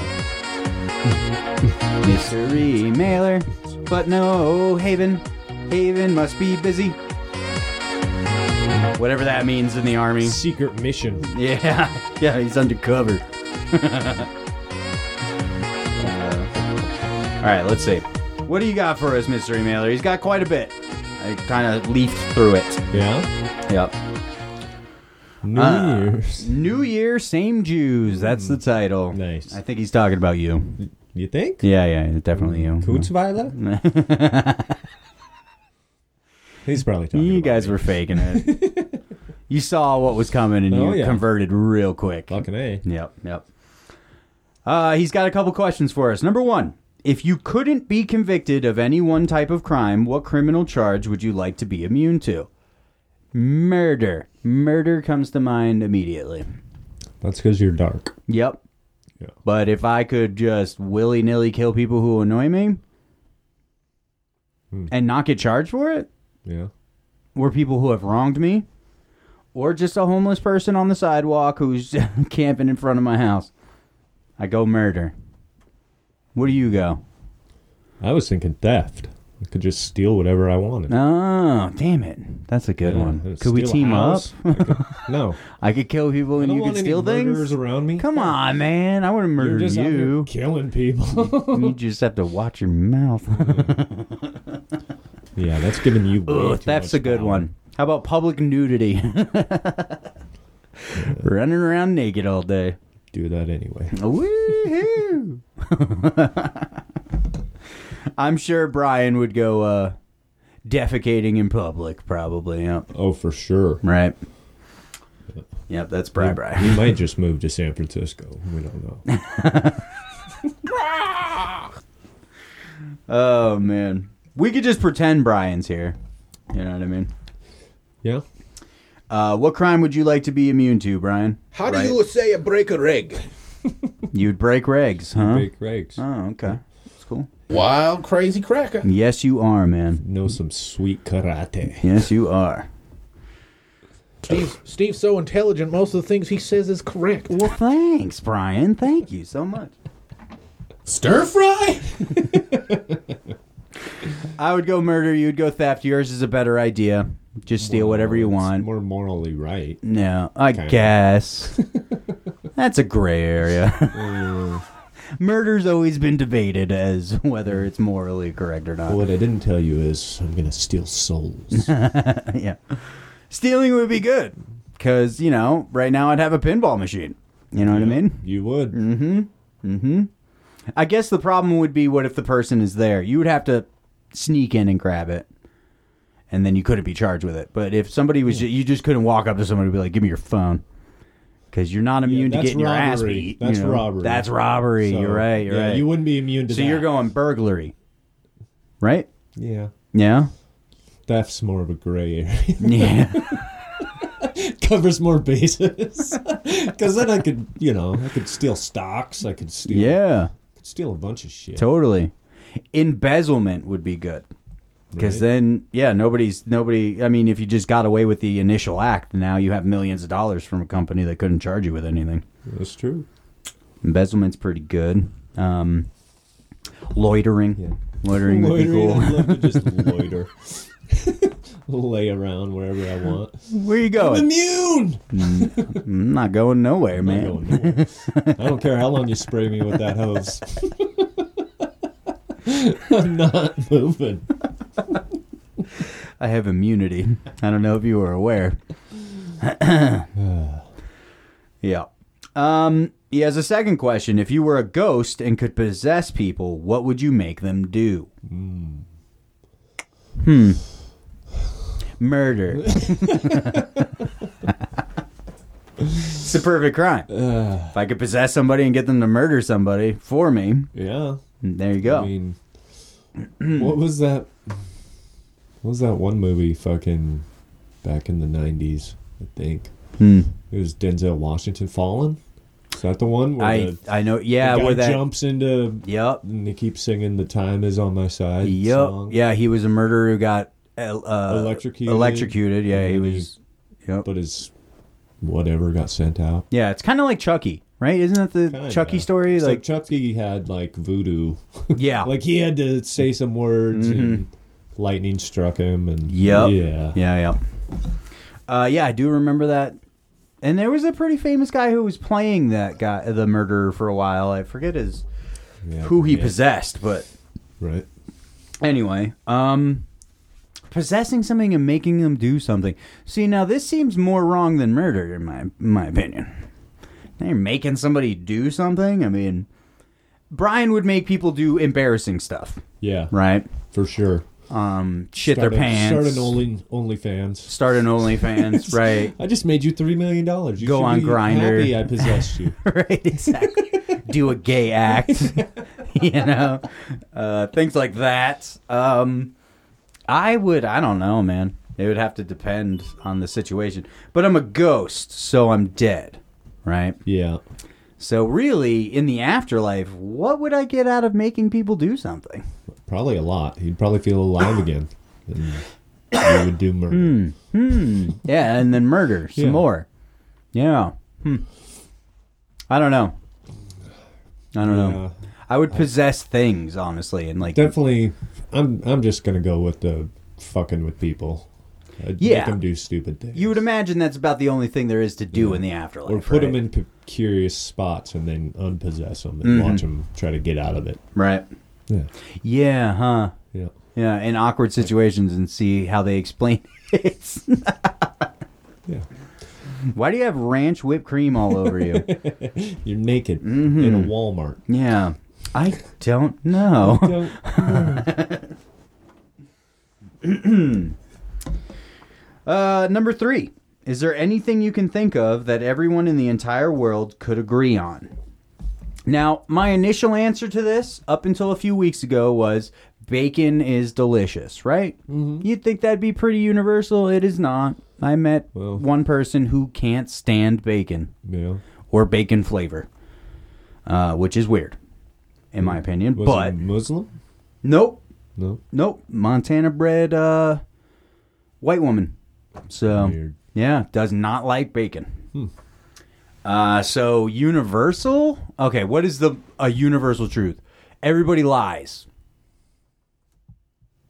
S5: huh. (laughs) Mystery mailer, but no Haven. Haven must be busy. Whatever that means in the army.
S6: Secret mission.
S5: Yeah, (laughs) yeah, he's undercover. (laughs) Uh, all right, let's see. What do you got for us, mystery mailer? He's got quite a bit. I kind of leafed through it.
S6: Yeah.
S5: Yep.
S6: New
S5: Uh.
S6: Year's.
S5: New Year, same Jews. That's the title.
S6: Mm. Nice.
S5: I think he's talking about you.
S6: You think?
S5: Yeah, yeah, definitely you. (laughs)
S6: Kutzweiler? He's probably talking.
S5: You
S6: about
S5: guys
S6: me.
S5: were faking it.
S6: (laughs)
S5: you saw what was coming and
S6: Oh,
S5: you
S6: yeah.
S5: converted real quick.
S6: fucking a.
S5: Yep, yep. Uh, he's got a couple questions for us. Number one, if you couldn't be convicted of any one type of crime, what criminal charge would you like to be immune to? Murder. Murder comes to mind immediately.
S6: That's because you're dark.
S5: Yep.
S6: Yeah.
S5: But if I could just willy nilly kill people who annoy me and not get charged for it,
S6: Yeah.
S5: or people who have wronged me, or just a homeless person on the sidewalk who's (laughs) camping in front of my house, I go murder. Where do you go?
S6: I was thinking theft. I could just steal whatever I wanted.
S5: Oh, damn it. That's a good
S6: Yeah,
S5: one.
S6: I'd
S5: Could we
S6: steal a
S5: team up?
S6: house. I could-
S5: (laughs)
S6: no.
S5: I could kill people
S6: I
S5: and
S6: don't
S5: you
S6: want
S5: could
S6: any
S5: steal
S6: murderers
S5: things?
S6: around me.
S5: Come on, man. I wouldn't
S6: You're
S5: murder
S6: just out here
S5: you.
S6: (laughs) killing
S5: (laughs)
S6: people.
S5: You just have to watch your mouth. (laughs)
S6: yeah, that's giving you. way
S5: Ugh,
S6: too
S5: that's a
S6: much
S5: good
S6: power.
S5: one. How about public nudity? (laughs) Running around naked all day.
S6: Do that anyway.
S5: Woohoo! (laughs) I'm sure Brian would go uh, defecating in public, probably. Yep.
S6: Oh, for sure.
S5: Right. Yep, that's Bri Bri.
S6: We might just move to San Francisco. We don't
S5: (laughs)
S6: know.
S5: Oh man, we could just pretend Brian's here. You know what I mean?
S6: Yeah.
S5: Uh, what crime would you like to be immune to, Brian?
S2: How do you say a break a rig?
S5: You'd break regs, huh?
S6: Big rakes.
S5: Oh, okay. That's cool.
S2: Wild crazy cracker.
S5: Yes, you are, man.
S6: Know some sweet karate.
S5: Yes, you are.
S2: Steve's, Steve's so intelligent, most of the things he says is correct.
S5: Well, thanks, Brian. Thank you so much.
S2: Stir fry?
S5: I would go murder. You would go theft. Yours is a better idea. Just steal whatever you
S6: It's
S5: want.
S6: More morally right.
S5: No, I
S6: (laughs)
S5: guess that's a gray area.
S6: Mm.
S5: Murder's always been debated as whether it's morally correct or not.
S6: What I didn't tell you is I'm gonna steal
S5: (laughs)
S6: souls.
S5: yeah, stealing would be good because you know right now I'd have a pinball machine. You know what I mean?
S6: you would.
S5: I guess the problem would be what if the person is there? You would have to sneak in and grab it. And then you couldn't be charged with it. But if somebody was, ju- you just couldn't walk up to somebody and be like, "Give me your phone," because you're not immune to
S6: that's
S5: getting your ass
S6: robbery.
S5: beat.
S6: That's
S5: you know?
S6: robbery.
S5: That's robbery.
S6: So,
S5: you're right. You're
S6: yeah,
S5: right.
S6: You wouldn't be immune to
S5: so
S6: that.
S5: you're going burglary, right?
S6: Yeah.
S5: Yeah. (laughs)
S6: That's more of a gray area. (laughs)
S5: Yeah.
S6: Covers more bases. (laughs) Because then I could, you know, I could steal stocks. I could steal.
S5: yeah.
S6: I could steal a bunch of shit.
S5: Totally. Embezzlement would be good. Because
S6: Right.
S5: then, yeah, nobody's nobody. I mean, if you just got away with the initial act, now you have millions of dollars from a company that couldn't charge you with anything.
S6: That's true.
S5: Embezzlement's pretty good. Um, loitering,
S6: Yeah.
S5: loitering would be
S6: Loitering, I'd
S5: cool. (laughs)
S6: love to just loiter. (laughs) Lay around wherever I want.
S5: Where you going?
S6: Immune.
S5: I'm not going nowhere,
S6: I'm
S5: man.
S6: going nowhere. I don't care how long you spray me with that hose. (laughs) I'm not moving.
S5: I have
S6: (laughs)
S5: immunity. I don't know if you were
S6: (clears throat)
S5: aware. yeah. Um, he has a second question. If you were a ghost and could possess people, what would you make them do? Hmm.
S6: (laughs)
S5: Murder. it's the perfect crime.
S6: Uh.
S5: if I could possess somebody and get them to murder somebody for me,
S6: Yeah.
S5: there you go.
S6: I mean, what was that? What was that one movie? Fucking back in the nineties, I think.
S5: Hmm.
S6: It was Denzel Washington Fallen. Is that the one where
S5: I,
S6: the,
S5: I know.
S6: the
S5: Yeah,
S6: guy
S5: where that.
S6: jumps into
S5: Yep.
S6: and he keeps singing "The Time Is on My Side"?
S5: Yep.
S6: song,
S5: Yeah, he was a murderer who got el- uh,
S6: Electrocuted.
S5: Electrocuted. Yeah, he
S6: And then
S5: was. Yep.
S6: But his whatever got sent out.
S5: Yeah, it's kind of like Chucky, right? Isn't that the
S6: Kinda.
S5: Chucky story?
S6: Except
S5: Like,
S6: Chucky had like voodoo.
S5: yeah,
S6: (laughs)
S5: Mm-hmm.
S6: like he had to say some words and lightning struck him and
S5: yep.
S6: yeah.
S5: yeah, yeah. Uh, yeah, I do remember that. And there was a pretty famous guy who was playing that guy, the murderer, for a while. I forget his
S6: Yeah,
S5: who he
S6: yeah,
S5: possessed, but
S6: Right.
S5: anyway, um, possessing something and making them do something. See, now this seems more wrong than murder, in my my opinion. They're making somebody do something. I mean, Brian would make people do embarrassing stuff,
S6: Yeah,
S5: right?
S6: for sure.
S5: Um, shit
S6: Start
S5: their
S6: a- Start
S5: pants,
S6: an only OnlyFans.
S5: start
S6: (laughs)
S5: an OnlyFans, right?
S6: I just made you three million dollars. You
S5: Go
S6: should
S5: on
S6: be
S5: Grindr.
S6: Happy I possessed
S5: (laughs)
S6: you.
S5: right? Exactly. Do a gay act, (laughs) you know, uh, things like that. Um, I would. I don't know, man. It would have to depend on the situation. But I'm a ghost, so I'm dead, right?
S6: yeah,
S5: So really, in the afterlife, what would I get out of making people do something?
S6: probably a lot. You'd probably feel alive again. And you would do murder.
S5: Hmm. Yeah, and then murder some
S6: Yeah.
S5: more. Yeah. Hmm. I don't know. I don't know.
S6: Yeah.
S5: I would possess things, honestly, and like
S6: Definitely. I'm. I'm just gonna go with the fucking with people. I'd
S5: Yeah.
S6: Make them do stupid things.
S5: You would imagine that's about the only thing there is to do in the afterlife.
S6: or put
S5: right?
S6: them in p- curious spots and then unpossess them and watch them try to get out of it.
S5: Right.
S6: Yeah.
S5: Mm-hmm. Yeah, huh?
S6: Yeah.
S5: Yeah, in awkward situations and see how they explain (laughs) it.
S6: Yeah.
S5: Why do you have ranch whipped cream all over you?
S6: You're naked
S5: Mm-hmm.
S6: in a Walmart.
S5: (laughs) yeah. I don't know.
S6: Don't-
S5: Uh, number three. Is there anything you can think of that everyone in the entire world could agree on? Now, my initial answer to this, up until a few weeks ago, was bacon is delicious, right? You'd think that'd be pretty universal. It is not. I met
S6: Well-
S5: one person who can't stand bacon
S6: Yeah.
S5: or bacon flavor, uh, which is weird, in my opinion.
S6: Was
S5: but
S6: he Muslim?
S5: nope,
S6: No.
S5: nope. Montana bred uh, white woman. So.
S6: Weird. Hmm.
S5: Yeah, does not like bacon. Uh, so universal. Okay, what is the a universal truth? Everybody lies.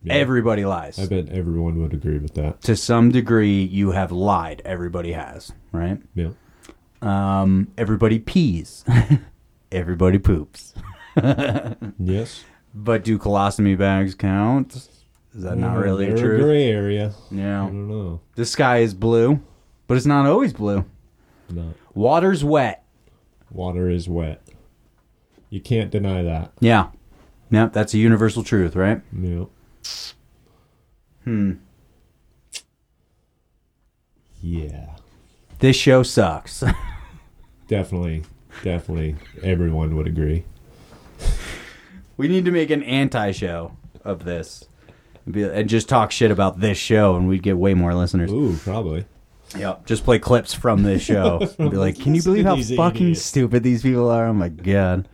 S6: Yeah.
S5: Everybody lies.
S6: I bet everyone would agree with that.
S5: To some degree, you have lied. Everybody has, right?
S6: Yeah.
S5: Um, everybody pees. (laughs) everybody poops.
S6: Yes.
S5: But do colostomy bags count? Is that not really
S6: Mm, They're Mm.
S5: a truth?
S6: gray area. I
S5: Yeah.
S6: don't know.
S5: The sky is blue, but it's not always blue.
S6: No.
S5: Water's wet.
S6: Water is wet. You can't deny that.
S5: Yeah. Yeah, that's a universal truth, right?
S6: Yeah. Hmm.
S5: Hmm.
S6: Yeah.
S5: This show sucks. (laughs)
S6: Definitely. Definitely. Everyone would agree.
S5: we need to make an anti-show of this And be- and just talk shit about this show and we'd get way more listeners.
S6: Ooh, probably.
S5: Yep. Just play clips from this (laughs) show and be like, "Can you
S6: Listen to
S5: believe how
S6: these
S5: fucking
S6: idiots."
S5: stupid these people are?" Oh my god.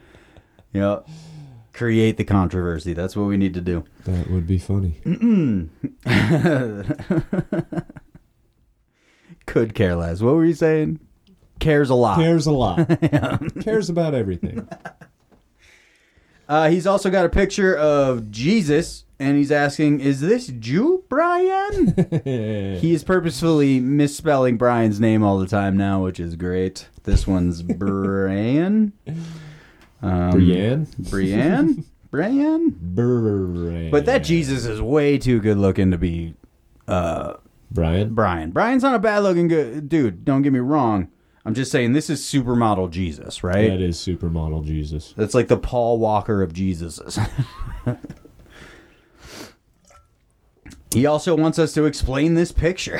S5: Yep. Create the controversy. That's what we need to do.
S6: That would be funny.
S5: Mm, Could care less. What were you saying? Cares a lot.
S6: Cares
S5: (laughs)
S6: a lot. Cares about everything.
S5: Uh, he's also got a picture of Jesus, and he's asking, "Is this Jew Brian?" he is purposefully misspelling Brian's name all the time now, which is great. This one's Brian, Um,
S6: Brienne?
S5: Brian, Brian.
S6: Brian.
S5: But that Jesus is way too good looking to be
S6: Brian.
S5: Brian. Brian's not a bad looking good dude. Don't get me wrong. I'm just saying this is supermodel Jesus, right?
S6: That is supermodel Jesus.
S5: That's like the Paul Walker of Jesus's. he also wants us to explain this picture.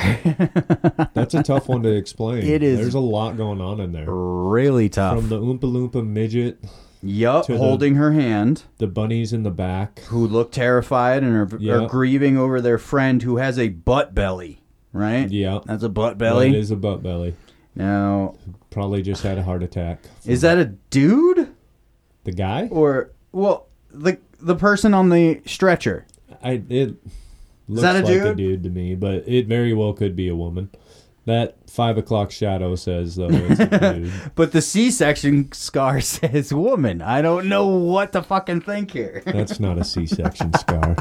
S6: That's a tough one to explain.
S5: It is.
S6: There's a lot going on in there.
S5: really tough.
S6: From the Oompa Loompa midget,
S5: yup,
S6: to the-
S5: holding her hand,
S6: the bunnies in the back.
S5: who look terrified and are, are
S6: Yeah.
S5: grieving over their friend who has a butt belly. Right?
S6: Yeah.
S5: That's a butt
S6: That
S5: belly.
S6: is a butt belly.
S5: now,
S6: Probably just had a heart attack.
S5: is that a dude
S6: The guy?
S5: or well, the the person on the stretcher?
S6: I it looks
S5: that a
S6: like a
S5: dude?
S6: dude to me, but it very well could be a woman. That five o'clock shadow says though it's a
S5: (laughs)
S6: dude.
S5: But the C-section scar (laughs) says woman. I don't know what to fucking think here.
S6: That's not a C-section scar.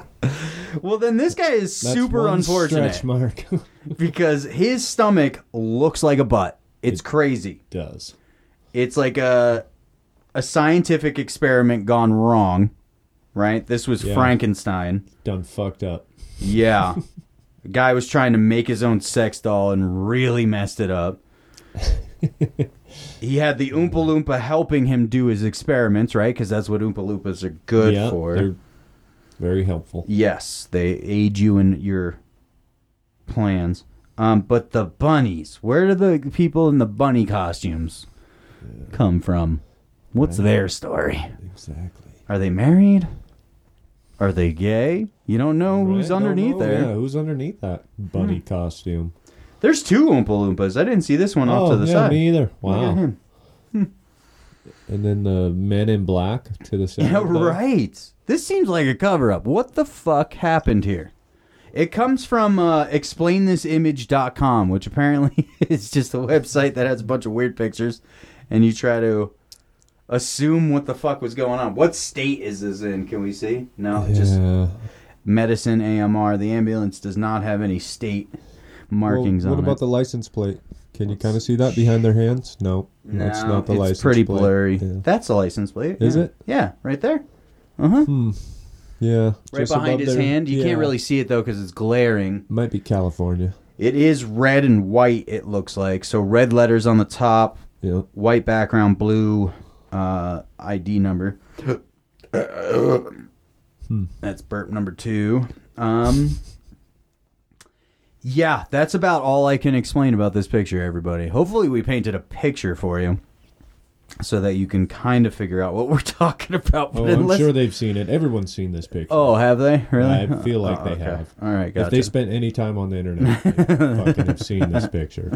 S5: Well, then this guy is
S6: That's
S5: super
S6: one
S5: unfortunate
S6: Stretch mark (laughs)
S5: because his stomach looks like a butt. It's crazy.
S6: does.
S5: It's like a a scientific experiment gone wrong, right? This was
S6: Yeah.
S5: Frankenstein.
S6: (laughs) Done fucked up.
S5: Yeah. A guy was trying to make his own sex doll and really messed it
S6: (laughs)
S5: up. he had the Oompa Loompa helping him do his experiments, right? Because that's what Oompa Loompas are good
S6: yeah,
S5: for.
S6: they're very helpful.
S5: Yes, they aid you in your plans. Um, but the bunnies, where do the people in the bunny costumes come from? What's their story?
S6: Exactly.
S5: Are they married? Are they gay? You don't know who's underneath there.
S6: Yeah, who's underneath that bunny
S5: Hmm.
S6: costume?
S5: There's two Oompa Loompas. I didn't see this one off
S6: oh,
S5: to the
S6: yeah,
S5: side.
S6: me either. Wow.
S5: Look at him. Hmm.
S6: And then the men in black to the side.
S5: (laughs) Yeah,
S6: there.
S5: right. This seems like a cover up. What the fuck happened here? It comes from uh, explainthisimage.com, which apparently (laughs) is just a website that has a bunch of weird pictures, and you try to assume what the fuck was going on. What state is this in? Can we see? No,
S6: Yeah.
S5: just medicine AMR. The ambulance does not have any state markings
S6: what
S5: on
S6: about
S5: it.
S6: the license plate? Can you kind of see that behind their hands? No,
S5: No,
S6: that's not the
S5: it's
S6: license
S5: pretty
S6: plate.
S5: blurry.
S6: Yeah,
S5: That's a license plate.
S6: Is
S5: yeah.
S6: it?
S5: Yeah, right there. Uh huh.
S6: Yeah,
S5: right
S6: just
S5: behind
S6: above
S5: his
S6: their-
S5: hand. You
S6: yeah.
S5: can't really see it though because it's glaring.
S6: Might be California.
S5: It is red and white. It looks like so red letters on the top, (laughs)
S6: Yeah.
S5: white background, blue uh, ID number.
S6: Hmm.
S5: That's burp number two. Um, yeah, that's about all I can explain about this picture, everybody. Hopefully, we painted a picture for you. So that you can kind of figure out what we're (laughs) talking about.
S6: Oh,
S5: But
S6: I'm
S5: unless-
S6: sure they've seen it. Everyone's seen this picture.
S5: Oh, have they? Really?
S6: I feel like
S5: Oh,
S6: they
S5: okay.
S6: have.
S5: All right,
S6: If they
S5: gotcha.
S6: spent any
S5: (laughs)
S6: time on the internet, they fucking have seen this picture.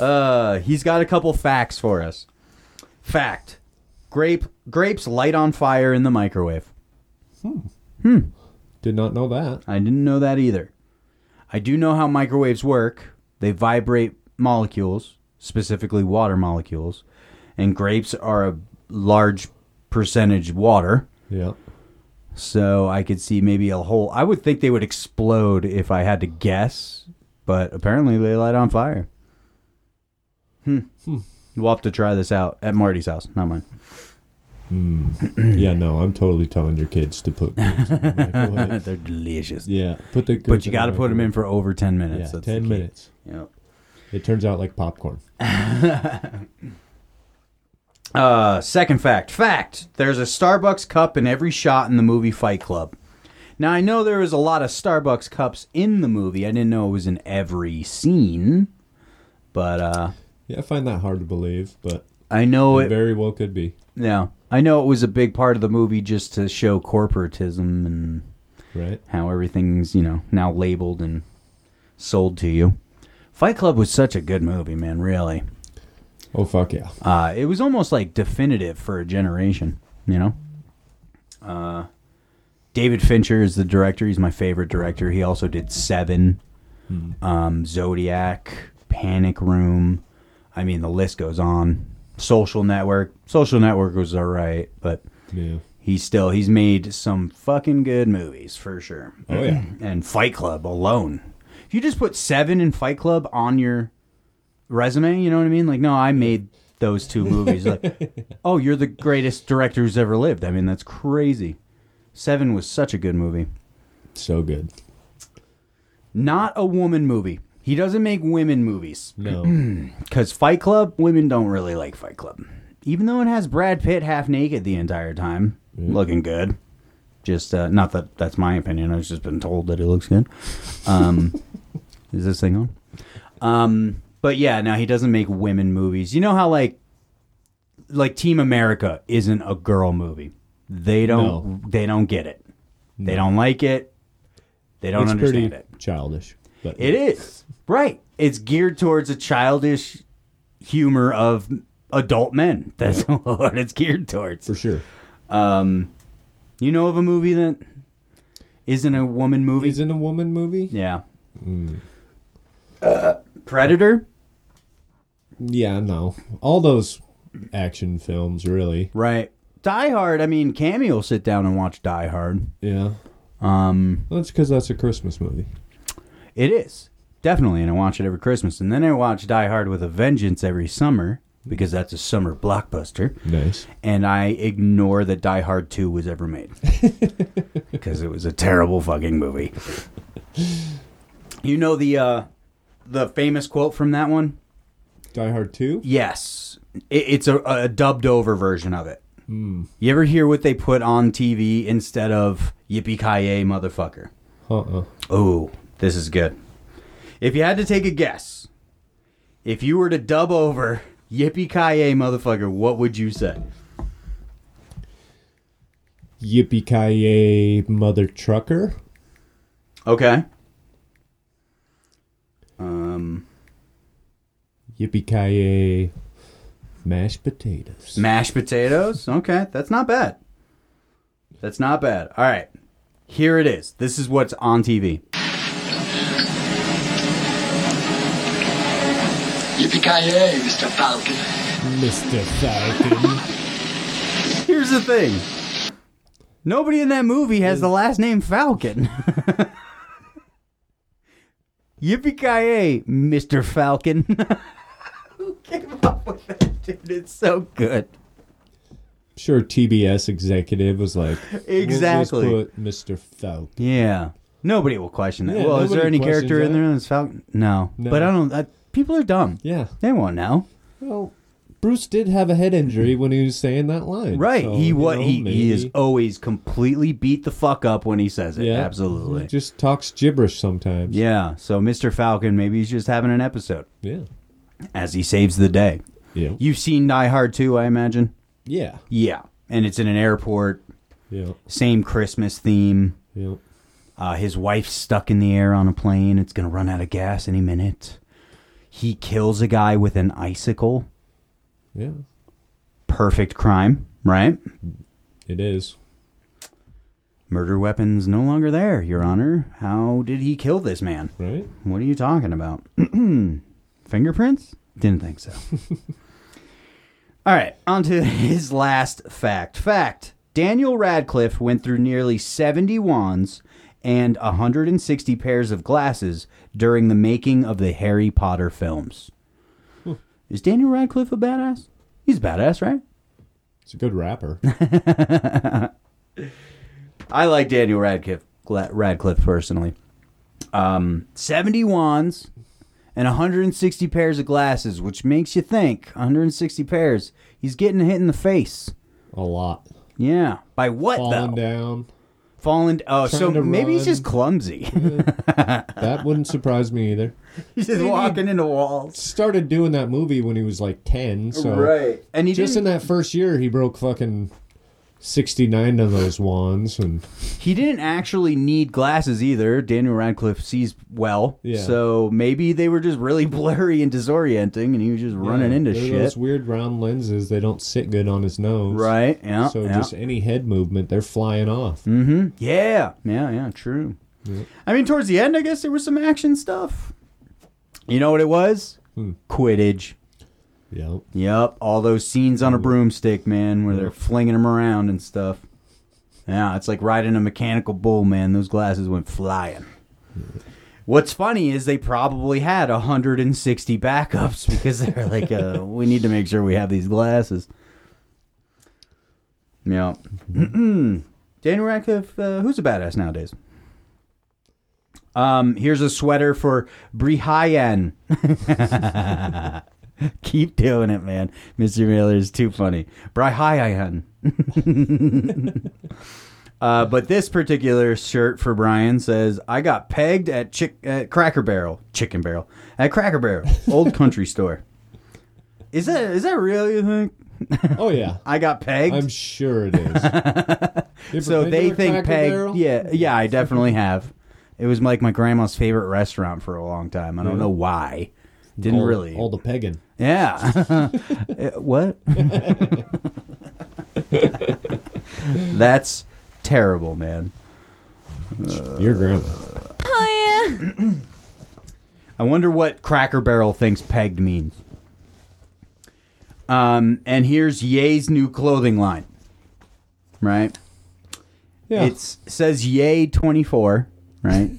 S5: Uh, he's got a couple facts for us. Fact: grape grapes light on fire in the microwave.
S6: Did not know that.
S5: I didn't know that either. I do know how microwaves work. They vibrate molecules, specifically water molecules, and grapes are a large percentage water.
S6: Yeah. (clears throat)
S5: So I could see maybe a whole. I would think they would explode if I had to guess, but apparently they light on fire. Hmm. We'll have to try this out at Marty's house, not mine.
S6: Yeah, no, I'm totally telling your kids
S5: (laughs)
S6: to put. Grapes in the microwave.
S5: They're delicious.
S6: yeah, put the.
S5: But you got to put them in for over 10 minutes.
S6: Yeah,
S5: That's the
S6: ten
S5: key.
S6: minutes.
S5: Yep.
S6: It turns out like popcorn.
S5: Uh, second fact. Fact. There's a Starbucks cup in every shot in the movie Fight Club. Now, I know there was a lot of Starbucks cups in the movie. I didn't know it was in every scene. But uh,
S6: Yeah, I find that hard to believe, but
S5: I know
S6: it
S5: Oh, it.
S6: very well could be.
S5: Yeah. I know it was a big part of the movie just to show corporatism and
S6: Right?
S5: how everything's you know now labeled and sold to you. Fight Club was such a good movie, man. Really,
S6: Oh fuck yeah!
S5: uh, it was almost like definitive for a generation. You know, uh, David Fincher is the director. He's my favorite director. He also did Seven, um, Zodiac, Panic Room. I mean, the list goes on. Social Network. Social Network was all right, but
S6: Yeah.
S5: he's still he's made some fucking good movies for sure
S6: Oh yeah.
S5: (clears throat) and Fight Club alone. If you just put seven and Fight Club on your resume, you know what I mean? Like, no, I made those two movies. Like,
S6: (laughs)
S5: oh, you're the greatest director who's ever lived. I mean, that's crazy. Seven was such a good movie.
S6: So good.
S5: Not a woman movie. He doesn't make women movies. (clears throat)
S6: No.
S5: Because Fight Club, women don't really like Fight Club. Even though it has Brad Pitt half naked the entire time,
S6: Mm.
S5: looking good. Just uh, not that that's my opinion. I've just been told that he looks good.
S6: (laughs)
S5: Um, is this thing on? Um, but yeah, now he doesn't make women movies. You know how like like Team America isn't a girl movie. They don't they don't get it. They don't like it. They don't
S6: it's
S5: understand
S6: pretty
S5: it.
S6: childish. But
S5: It is. Right. It's geared towards a childish humor of adult men. (laughs) That's what it's geared towards.
S6: for sure.
S5: Um, you know of a movie that isn't a woman movie?
S6: He's in a woman movie.
S5: yeah. Hmm. Uh, Predator?
S6: Yeah, no. All those action films, really.
S5: Right. Die Hard, I mean, Cammy will sit down and watch Die Hard.
S6: Yeah.
S5: Um,
S6: That's because that's a Christmas movie.
S5: it is. Definitely. And I watch it every Christmas. And then I watch Die Hard with a Vengeance every summer because that's a summer blockbuster.
S6: Nice.
S5: and I ignore that Die Hard 2 was ever made because it was a terrible fucking movie. You know the uh, the famous quote from that one?
S6: Die Hard 2?
S5: Yes, it, it's a, a dubbed over version of it. You ever hear what they put on TV instead of "Yippee ki yay, motherfucker"?
S6: Uh-uh.
S5: Oh, this is good. If you had to take a guess, if you were to dub over "Yippee ki yay, motherfucker," what would you say?
S6: Yippee ki yay, mother trucker.
S5: Okay. Um,
S6: Yippee ki yay, mashed potatoes.
S5: mashed potatoes. Okay, that's not bad. That's not bad. All right, here it is. This is what's on TV.
S9: Yippee-ki-yay, Mr. Falcon.
S6: Mr. Falcon.
S5: Here's the thing. Nobody in that movie has the last name Falcon. (laughs) Yippee-ki-yay, Mr. Falcon. (laughs) Who came up with that, dude? It's so good.
S6: sure, TBS executive was like,
S5: Exactly.
S6: We'll just put Mr. Falcon.
S5: Yeah. Nobody will question that.
S6: Yeah,
S5: well, is there
S6: nobody
S5: any character
S6: questions
S5: in there that's Falcon? No.
S6: No.
S5: But I don't... I, people are dumb.
S6: Yeah.
S5: They won't know.
S6: Well, Bruce did have a head injury when he was saying that line.
S5: Right.
S6: So,
S5: he
S6: you
S5: what
S6: know,
S5: he, he is
S6: maybe-
S5: always completely beat the fuck up when he says it.
S6: Yeah.
S5: Absolutely.
S6: He just talks gibberish sometimes.
S5: Yeah. So Mr. Falcon, maybe he's just having an episode
S6: Yeah.
S5: as he saves the day.
S6: Yeah.
S5: You've seen Die Hard too, I imagine.
S6: Yeah.
S5: Yeah, and it's in an airport.
S6: Yeah.
S5: Same Christmas theme.
S6: Yeah.
S5: Uh, his wife's stuck in the air on a plane. It's gonna run out of gas any minute. He kills a guy with an icicle.
S6: Yeah.
S5: Perfect crime, right?
S6: It is.
S5: Murder weapons no longer there, Your Honor. How did he kill this man?
S6: Right?
S5: What are you talking about? (clears throat) Fingerprints? Didn't think so. All right, on to his last fact. Fact Daniel Radcliffe went through nearly 70 wands and 160 pairs of glasses during the making of the Harry Potter films. Is Daniel Radcliffe a badass? He's a badass, right?
S6: It's a good
S5: (laughs)
S6: rapper.
S5: I like Daniel Radcliffe, Gla- Radcliffe personally. Um, 70 wands and 160 pairs of glasses, which makes you think 160 pairs. He's getting hit in the face.
S6: a lot.
S5: Yeah. By what
S6: Falling
S5: though?
S6: down.
S5: Falling. Oh, so
S6: Trying to
S5: maybe he's
S6: run.
S5: just
S6: (laughs)
S5: clumsy. (laughs)
S6: That wouldn't surprise me either.
S5: he's just walking into walls.
S6: Started doing that movie when he was like 10. So
S5: And he
S6: Just in
S5: didn't,
S6: that first year, he broke fucking 69 of those wands. And
S5: he didn't actually need glasses either. Daniel Radcliffe sees well.
S6: Yeah.
S5: So maybe they were just really (laughs) blurry and disorienting and he was just running
S6: Yeah,
S5: into
S6: they're
S5: shit.
S6: Those weird round lenses, they don't sit good on his nose.
S5: Right. Yeah.
S6: So
S5: yeah. Mm.
S6: just any head movement, they're flying off.
S5: Yeah, yeah, yeah, true. I mean, towards the end, I guess there was some action stuff. You know what it was? Quidditch.
S6: Yep.
S5: Yep, all those scenes on a broomstick, man, where they're flinging them around and stuff. Yeah, it's like riding a mechanical bull, man. Those glasses went flying. What's funny is they probably had 160 backups (laughs) because they're like, uh, we need to make sure we have these glasses. Yeah. (clears throat) Daniel Radcliffe, uh, who's a badass nowadays? Um, here's a sweater for Brian. Keep doing it, man. Mr. Miller is too funny. Brian. (laughs) uh, but this particular shirt for Brian says, "I got pegged at chick at Cracker Barrel, Chicken Barrel, at Cracker Barrel,
S6: (laughs)
S5: old country store." Is that is that real? You think
S6: Oh, yeah.
S5: (laughs) I got pegged?
S6: I'm sure
S5: (laughs)
S6: it is. You ever
S5: so
S6: been
S5: they
S6: to a
S5: think
S6: Cracker
S5: peg.
S6: Barrel?
S5: Yeah, yeah, I definitely
S6: (laughs)
S5: have. It was like my grandma's favorite restaurant for a long time. I don't know why. Didn't
S6: All-
S5: really.
S6: All the pegging. (laughs)
S5: Yeah. Eh, what? That's terrible, man.
S6: Your grandma.
S5: I wonder what Cracker Barrel thinks pegged means. Um, and here's Ye's new clothing line. Right?
S6: Yeah.
S5: It's says Yay 24,
S6: (laughs)
S5: right?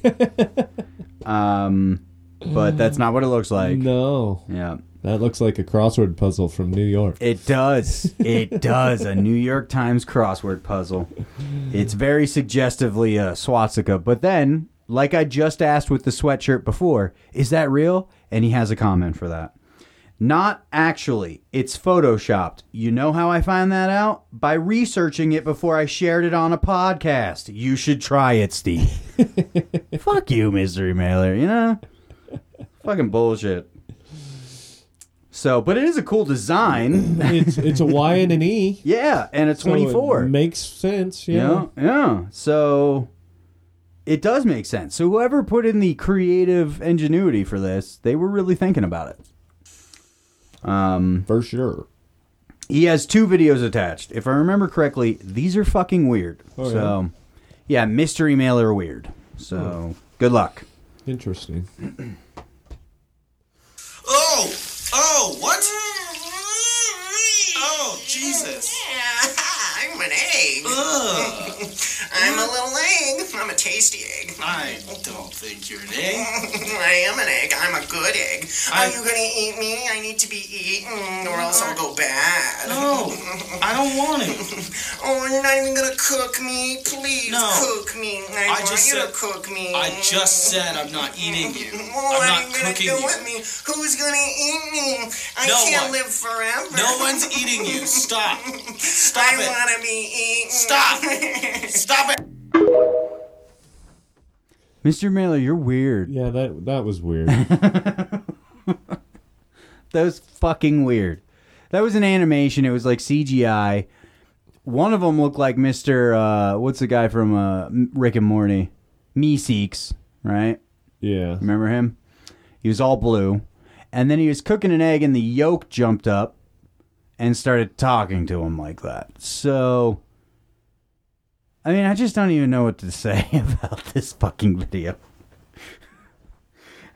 S5: um, but that's not what it looks like.
S6: no.
S5: Yeah.
S6: That looks like a crossword puzzle from
S5: (laughs)
S6: New York.
S5: It does. It does. A New York Times crossword puzzle. It's very suggestively a swastika, but then like I just asked with the sweatshirt before, is that real? And he has a comment for that. Not actually. It's photoshopped. You know how I find that out? By researching it before I shared it on a podcast. You should try it, Steve. Fuck you, mystery mailer, you know? Fucking bullshit. So, but it is a cool design.
S10: It's it's a Y and an E.
S5: Yeah, and a
S10: so it
S5: 24.
S10: makes sense. Yeah.
S5: Yeah, yeah. So it does make sense. So whoever put in the creative ingenuity for this, they were really thinking about it.
S10: for sure.
S5: He has two videos attached. If I remember correctly, these are fucking weird.
S10: Oh,
S5: so yeah. mystery mailer weird.
S10: Hmm.
S5: So good luck.
S10: Interesting.
S7: Oh, oh, what? Oh, Jesus.
S8: I'm an egg. I'm a little egg. I'm a tasty egg.
S7: I don't think you're an egg.
S8: (laughs) I am an egg. I'm a good egg. Are you gonna eat me? I need to be eaten, or else I'll
S7: Uh,
S8: go bad.
S7: No, I don't want it.
S8: Oh, you're not even gonna cook me. Please
S7: No.
S8: cook me. I,
S7: I
S8: want
S7: just
S8: you to
S7: said-
S8: cook me.
S7: I just said I'm not eating
S8: (laughs)
S7: you. I'm
S8: What are
S7: not
S8: you gonna
S7: cooking
S8: do with
S7: you.
S8: me? Who's gonna eat me? I
S7: No
S8: can't
S7: one.
S8: live forever.
S7: No one's eating you. Stop. Stop
S8: I
S7: it.
S8: wanna be eaten.
S7: Stop.
S8: (laughs)
S7: Stop it.
S5: Mr. Mailer, you're weird.
S10: Yeah, that that was
S5: (laughs)
S10: weird.
S5: That was fucking weird. That was an animation. It was like CGI. One of them looked like Mr. Uh, what's the guy from uh, Rick and Morty? Meeseeks, right?
S10: Yeah.
S5: Remember him? He was all blue. And then he was cooking an egg, and the yolk jumped up and started talking to him like that. So, I mean, I just don't even know what to (laughs) say about this fucking video.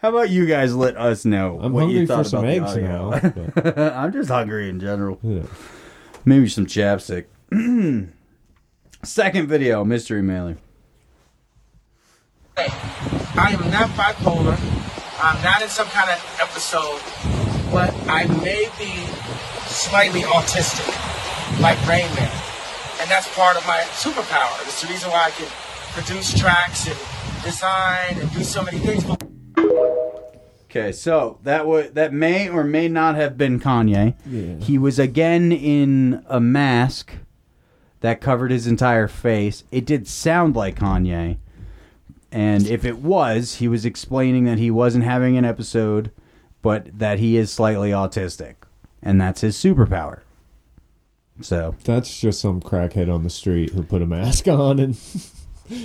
S5: How about you guys let us know
S10: I'm
S5: what
S10: hungry
S5: you thought
S10: for some eggs
S5: about the audio.
S10: now. (laughs)
S5: (laughs)
S10: but-
S5: I'm just hungry in general.
S10: yeah.
S5: Maybe some chapstick. Second video, mystery mailer.
S7: I am not bipolar. I'm not in some kind of episode, but I may be slightly autistic, like Rain Man. And that's part of my superpower. It's the reason why I can produce tracks and design and do so many things. But
S5: Okay, so that would that may or may not have been Kanye. He was again in a mask that covered his entire face. It did sound like Kanye. And if it was, he was explaining that he wasn't having an episode, but that he is slightly autistic. And that's his superpower. So,
S10: That's just some crackhead on the street who put a mask on
S5: (laughs)
S10: and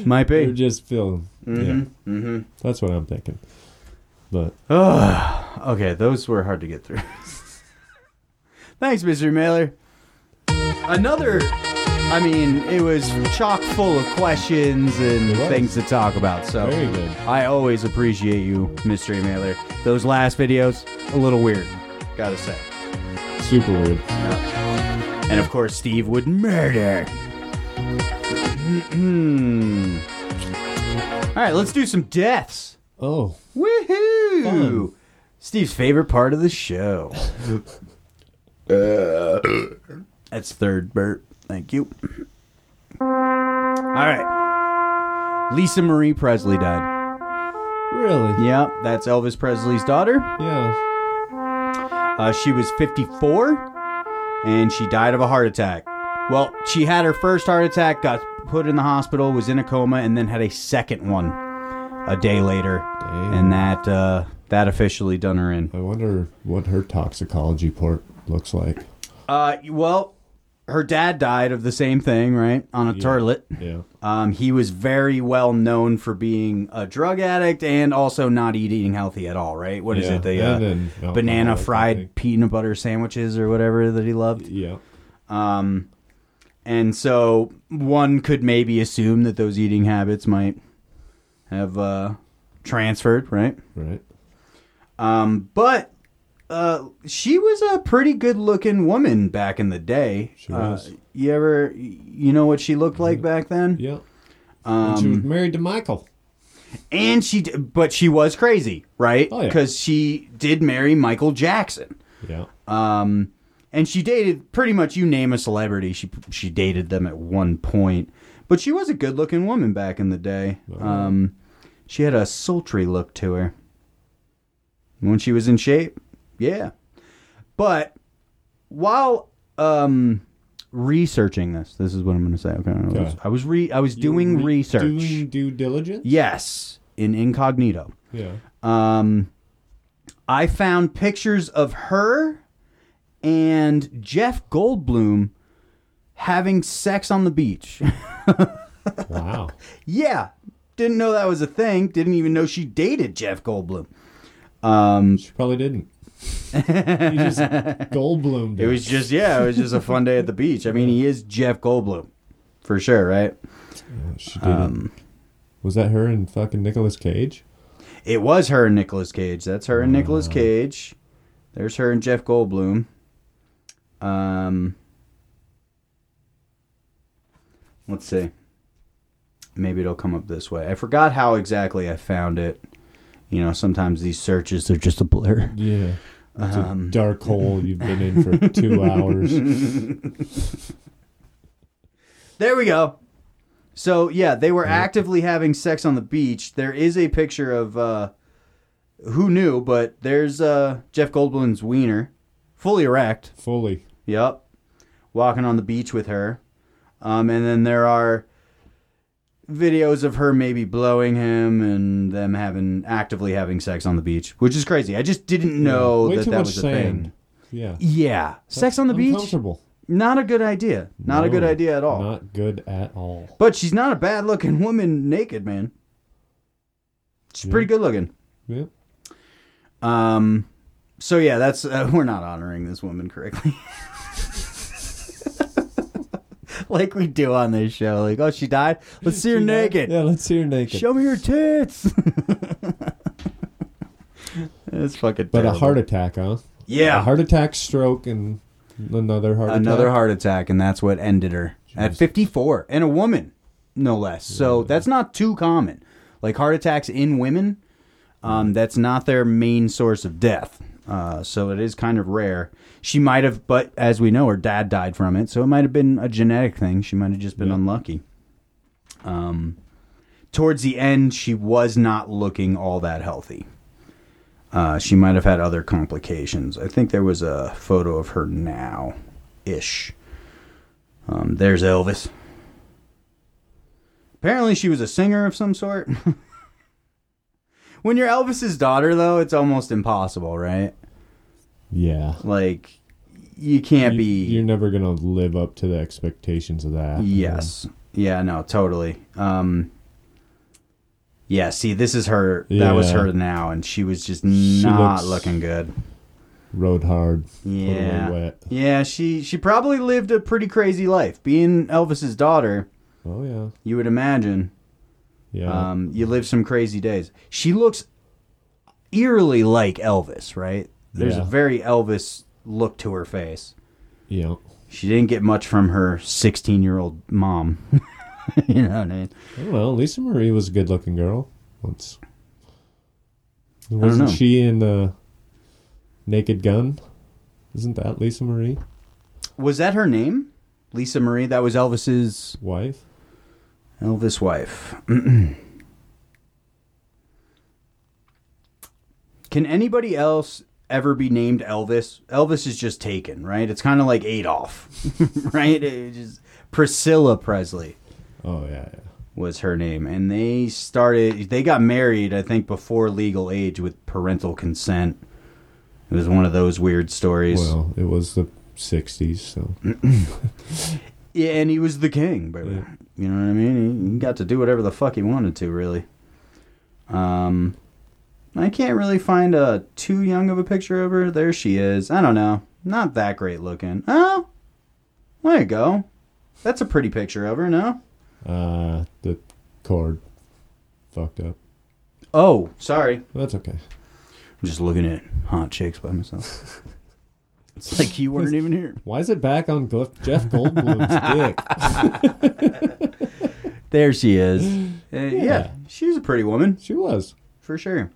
S5: might
S10: they're
S5: be.
S10: just feeling. Yeah. Mm-hmm. That's what I'm thinking. But
S5: Okay, those were hard to get through. (laughs) Thanks, Mr. Mailer. Another, I mean, it was chock full of questions and
S10: It was.
S5: things to talk about. So
S10: Very good.
S5: I always appreciate you, Mystery Mailer. Those last videos, a little weird, gotta say.
S10: super weird.
S5: And of course, Steve would murder. Mm-hmm. All right, let's do some deaths.
S10: Oh,
S5: Woohoo!
S10: Fun.
S5: Steve's favorite part of the show. That's third, Bert. Thank you. All right. Lisa Marie Presley died.
S10: really?
S5: Yep, that's Elvis Presley's daughter.
S10: Yeah.
S5: Uh, she was 54 and she died of a heart attack. Well, she had her first heart attack, got put in the hospital, was in a coma, and then had a second one a day later. And that uh, that officially done her in.
S10: I wonder what her toxicology port looks like.
S5: Uh, well, her dad died of the same thing, right? On a toilet.
S10: Yeah.
S5: Um, he was very well known for being a drug addict and also not eating healthy at all, right? What is
S10: Yeah,
S5: it? The
S10: and then alcohol,
S5: uh,
S10: I
S5: banana
S10: think.
S5: fried peanut butter sandwiches or whatever that he loved.
S10: Yeah.
S5: And so one could maybe assume that those eating habits might have uh, transferred, right?
S10: Right.
S5: But uh, she was a pretty good looking woman back in the day. She
S10: was. Mm-hmm.
S5: You ever, you know what she looked like back then?
S10: Yeah. and she was
S5: Um,
S10: married to Michael.
S5: And she, d- but she was crazy, right?
S10: Oh, yeah.
S5: Because she did marry Michael Jackson.
S10: Yeah.
S5: Um, And she dated pretty much you name a celebrity. She she dated them at one point, but she was a good looking woman back in the day. Um, She had a sultry look to her. When she was in shape, yeah. But while um, researching this, this is what I'm going to say. Okay, I was,
S6: Okay.
S5: I was re- I was doing
S6: Re-
S5: research.
S6: Doing due diligence?
S5: Yes, in incognito.
S6: Yeah.
S5: Um, I found pictures of her and Jeff Goldblum having sex on the beach. (laughs)
S6: Wow.
S5: yeah, didn't know that was a thing. Didn't even know she dated Jeff Goldblum.
S6: (laughs) She probably didn't. you just Goldblum.
S5: (laughs) It was just yeah, it was just a fun day at the beach. I mean, he is Jeff Goldblum for sure, right?
S6: She did
S5: um,
S6: it. Was that her and fucking Nicolas Cage?
S5: It was her and Nicolas Cage. That's her and Nicolas Cage. There's her and Jeff Goldblum. Um, let's see. Maybe it'll come up this way. I forgot how exactly I found it. You know, sometimes these searches they're just a blur.
S6: Yeah. It's
S5: um,
S6: a dark hole you've been in
S5: (laughs)
S6: for two hours.
S5: There we go. So yeah, they were actively having sex on the beach. There is a picture of uh, who knew, but there's uh, Jeff Goldblum's wiener, fully erect.
S6: Fully.
S5: Yep, walking on the beach with her, um, and then there are videos of her maybe blowing him and them having actively having sex on the beach, which is crazy. I just didn't know
S6: Way
S5: Oh, that
S6: too
S5: that
S6: much
S5: was a
S6: sand.
S5: thing.
S6: Yeah.
S5: Yeah, sex on the beach,
S6: Uncomfortable.
S5: not a good idea. Not a
S6: No,
S5: good idea at all.
S6: Not good at all.
S5: But she's not a bad looking woman naked, man. She's pretty good looking.
S6: Yeah.
S5: Um, so yeah, that's uh, (laughs) we're not honoring this woman correctly, (laughs) like we do on this show. Like, oh, she died. Let's see her naked.
S6: Yeah, let's see her naked.
S5: Show me her tits. (laughs) it's fucking.
S6: but a
S5: terrible.
S6: heart attack, huh?
S5: Yeah,
S6: A heart attack, stroke, and another heart
S5: another
S6: attack.
S5: heart attack, and that's what ended her at 54, and a woman, no less. So that's not too common. Like heart attacks in women, um, that's not their main source of death. Uh, so it is kind of rare. She might have, but as we know, her dad died from it, so it might have been a genetic thing. She might have just been unlucky. Um, towards the end, she was not looking all that healthy. Uh, she might have had other complications. I think there was a photo of her now ish. Um, there's Elvis. Apparently, she was a singer of some sort. (laughs) when you're Elvis's daughter, though, it's almost impossible, right?
S6: Yeah.
S5: Like, you can't
S6: You-
S5: be.
S6: You're never gonna live up to the expectations of that.
S5: Yes. Yeah, no, totally. Um Yeah, see, this is her that was
S6: Yeah.
S5: her now and she was just not
S6: looks-
S5: looking good.
S6: Rode hard. totally
S5: Yeah.
S6: Wet.
S5: Yeah, she she probably lived a pretty crazy life. Being Elvis's daughter,
S6: Oh yeah.
S5: you would imagine,
S6: Yeah.
S5: um you live some crazy days. She looks eerily like Elvis, right? There's a
S6: Yeah.
S5: very Elvis look to her face.
S6: yeah.
S5: She didn't get much from her 16-year-old mom. (laughs) you know what I mean?
S6: Well, Lisa Marie was a good-looking girl once. Wasn't
S5: know.
S6: she in uh, Naked Gun? Isn't that Lisa Marie
S5: Was that her name? Lisa Marie. That was Elvis's
S6: wife?
S5: Elvis wife. (clears throat) Can anybody else ever be named Elvis? Elvis is just taken, right? It's kind of like Adolf, (laughs) right? It just- Priscilla Presley
S6: Oh yeah. yeah.
S5: was her name, and they started. They got married, I think, before legal age with parental consent. It was one of those weird stories.
S6: Well, it was the '60s,
S5: (clears throat)
S6: so
S5: Yeah, and he was the king, baby. You know what I mean? He, he got to do whatever the fuck he wanted to, really. Um, I can't really find a too young of a picture of her. There she is. I don't know. Not that great looking. Oh, there you go. That's a pretty picture of her, no?
S6: uh, the cord fucked up.
S5: Oh, sorry.
S6: That's okay.
S5: I'm just looking at hot chicks by (laughs) myself. it's like you weren't even here.
S6: Why is it back on Gl-
S5: (laughs)
S6: Jeff Goldblum's dick?
S5: There she is. (gasps) Uh, yeah, she's a pretty woman
S6: She was.
S5: for sure.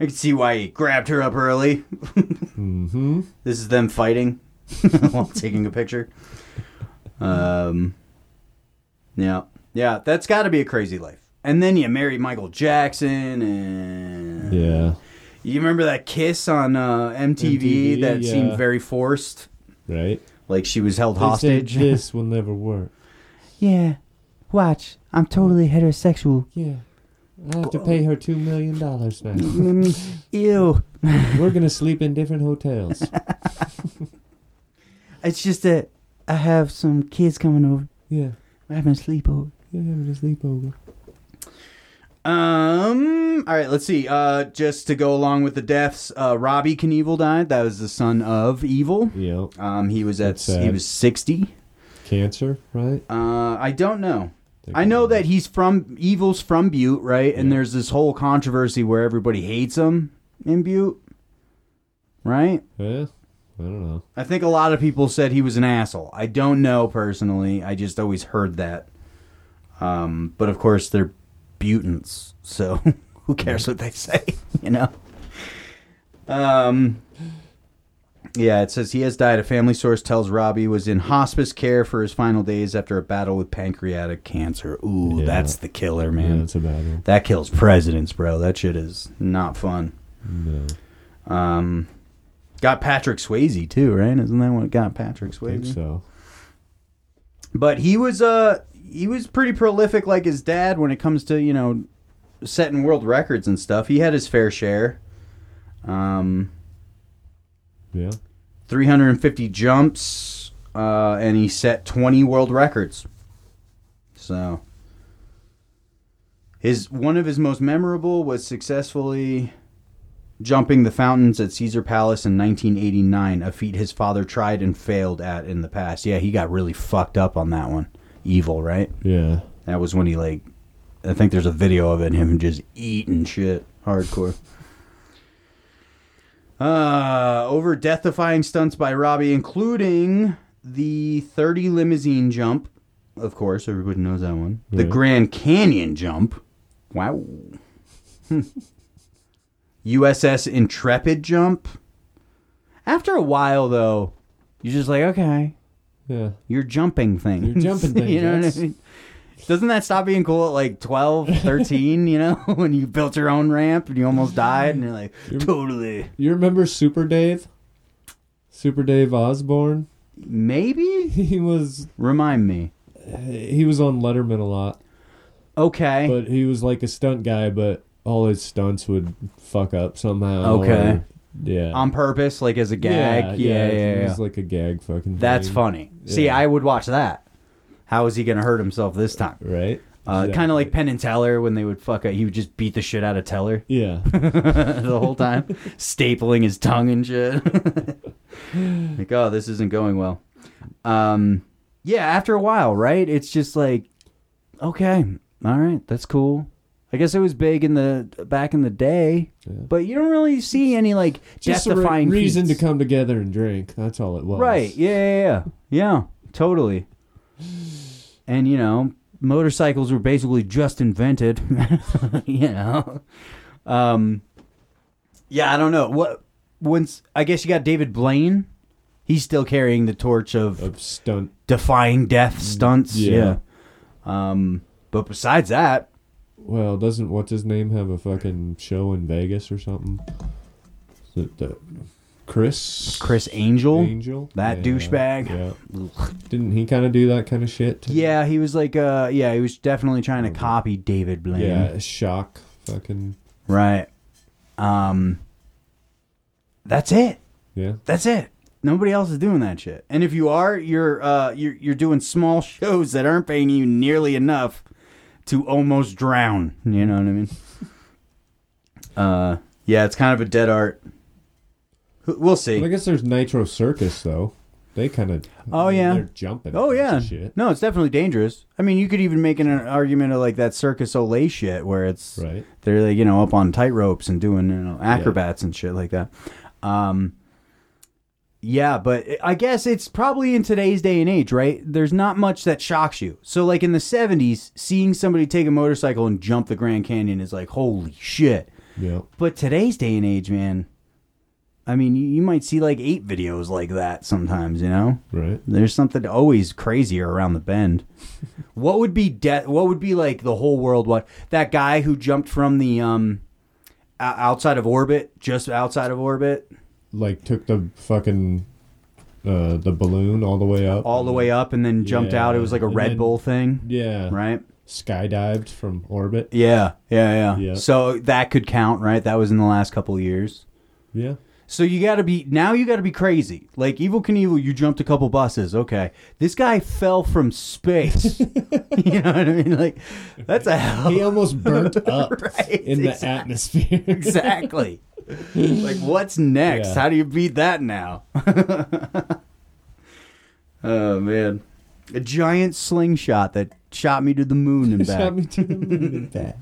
S5: I can see why he grabbed her up early.
S6: Mm-hmm.
S5: (laughs) This is them fighting (laughs) while taking a picture. Um, yeah, yeah, that's got to be a crazy life. And then you marry Michael Jackson and
S6: Yeah.
S5: You remember that kiss on uh, MTV,
S6: MTV,
S5: that seemed
S6: yeah.
S5: very forced,
S6: Right.
S5: like she was held
S6: They said
S5: hostage.
S6: This will never work.
S5: Yeah, watch, I'm totally (laughs) heterosexual.
S6: Yeah. I have to pay her two million dollars now.
S5: (laughs) Ew,
S6: We're gonna sleep in different hotels.
S5: it's just that I have some kids coming over.
S6: Yeah.
S5: We're having a sleepover.
S6: You're having a sleepover.
S5: Um. All right. Let's see. Uh, just to go along with the deaths, uh, Robbie Knievel died. That was the son of Evil.
S6: Yeah.
S5: Um, he was at
S6: That's sad.
S5: he was sixty.
S6: Cancer, right?
S5: Uh, I don't know.
S6: Think
S5: I know
S6: about
S5: that he's from Evil's from Butte, right? And
S6: Yeah.
S5: there's this whole controversy where everybody hates him in Butte, right?
S6: Yeah. I don't know.
S5: I think a lot of people said he was an asshole. I don't know personally. I just always heard that. Um, but of course, they're Butans, so (laughs) who cares what they say, (laughs) you know? Um, yeah, it says he has died. A family source tells Robbie was in hospice care for his final days after a battle with pancreatic cancer. Ooh,
S6: Yeah.
S5: that's the killer, man.
S6: Yeah, that's about it.
S5: That kills presidents, bro. That shit is not fun.
S6: No.
S5: Um, got Patrick Swayze too, right? Isn't that what got Patrick
S6: I think
S5: Swayze?
S6: so.
S5: But he was uh he was pretty prolific, like his dad, when it comes to you know setting world records and stuff. He had his fair share. Um,
S6: Yeah.
S5: 350 jumps, uh, and he set 20 world records. So his one of his most memorable was successfully jumping the fountains at Caesar Palace in 1989, a feat his father tried and failed at in the past. Yeah, he got really fucked up on that one. Evil, right?
S6: Yeah.
S5: That was when he like, I think there's a video of it him just eating shit hardcore. uh, over death-defying stunts by Robbie, including the 30 limousine jump. Of course, everybody knows that one. The
S6: Yeah.
S5: Grand Canyon jump. Wow. (laughs) Hmm. USS Intrepid jump. After a while, though, you're just like, okay,
S6: Yeah.
S5: you're jumping things.
S6: You're jumping
S5: (laughs)
S6: things,
S5: you know what
S6: yes.
S5: I mean? Doesn't that stop being cool at like
S6: (laughs)
S5: 12, 13, you know, (laughs) when you built your own ramp and you almost died and you're like, totally.
S6: You remember Super Dave? Super Dave Osborne? (laughs)
S5: Maybe?
S6: He was
S5: Remind me.
S6: he was on Letterman a lot,
S5: Okay.
S6: but he was like a stunt guy, but all his stunts would fuck up somehow.
S5: Okay.
S6: or- yeah.
S5: On purpose, like as a gag. Yeah, yeah, yeah.
S6: It was like a gag fucking.
S5: That's
S6: thing,
S5: funny. See,
S6: Yeah.
S5: I would watch that. How is he going to hurt himself this time?
S6: right?
S5: Uh, Kind of like Penn and Teller when they would fuck up. He would just beat the shit out of Teller.
S6: Yeah.
S5: (laughs) the whole time, stapling his tongue and shit. (laughs) like, oh, this isn't going well. Um, yeah, after a while, right? It's just like, okay, all right, that's cool. I guess it was big in the back in the day, but you don't really see any like
S6: Just a re-
S5: death-defying
S6: reason
S5: feats.
S6: to come together and drink. That's all it was.
S5: Right? Yeah, yeah, yeah, yeah, totally. And you know, motorcycles were basically just invented. (laughs) you know, um, yeah, I don't know what. Once I guess you got David Blaine. He's still carrying the torch of
S6: Of stunt.
S5: defying death stunts.
S6: Yeah.
S5: yeah. Um, but besides that,
S6: Well, doesn't what's his name have a fucking show in Vegas or something? Is it the Chris?
S5: Chris Angel,
S6: Angel.
S5: that
S6: Yeah,
S5: douchebag.
S6: Yeah. Didn't he kind of do that kind of shit? too?
S5: Yeah, he was like, uh, yeah, he was definitely trying to copy David Blaine.
S6: Yeah. Shock. Fucking.
S5: Right. Um That's it.
S6: Yeah.
S5: That's it. Nobody else is doing that shit. And if you are, you're uh you're you're doing small (laughs) shows that aren't paying you nearly enough to almost drown. You know what I mean? Uh yeah, it's kind of a dead art. Who- We'll
S6: Well, I
S5: see.
S6: guess there's Nitro Circus though. They kind of.
S5: Oh, yeah.
S6: They're jumping.
S5: Oh
S6: and
S5: yeah.
S6: Shit.
S5: No, it's definitely dangerous. I mean, you could even make an argument of like that circus Olay shit where it's
S6: Right.
S5: they're like you know up on tight ropes and doing you know acrobats and shit like that um yeah but i guess it's probably in today's day and age right there's not much that shocks you so like in the 70s seeing somebody take a motorcycle and jump the grand canyon is like holy shit
S6: Yeah.
S5: but today's day and age man I mean, you, you might see like eight videos like that sometimes, you know?
S10: Right.
S5: There's something always crazier around the
S10: (laughs)
S5: bend. what would be de- what would be like the whole world what that guy who jumped from the um o- outside of orbit, just outside of orbit,
S10: Like took the fucking uh, the balloon all the way up.
S5: all the way up and then jumped
S10: Yeah,
S5: out. It was like a
S10: and
S5: Red
S10: then-
S5: Bull thing,
S10: Yeah.
S5: right?
S10: Skydived from orbit.
S5: Yeah, yeah, yeah.
S10: Yeah.
S5: So that could count, right? That was in the last couple of years.
S10: Yeah.
S5: So you got to be now. You got to be crazy. Like Evil Knievel, you jumped a couple buses. Okay, this guy fell from space. (laughs) you know what I mean? Like that's a hell.
S10: He almost
S5: (laughs)
S10: burnt up
S5: Oh. Right,
S10: in the
S5: exactly.
S10: atmosphere. (laughs)
S5: exactly. like what's next?
S10: Yeah.
S5: How do you beat that now? (laughs) oh man, a giant slingshot that shot me to the moon and
S10: (laughs)
S5: back.
S10: Shot me to the moon and back.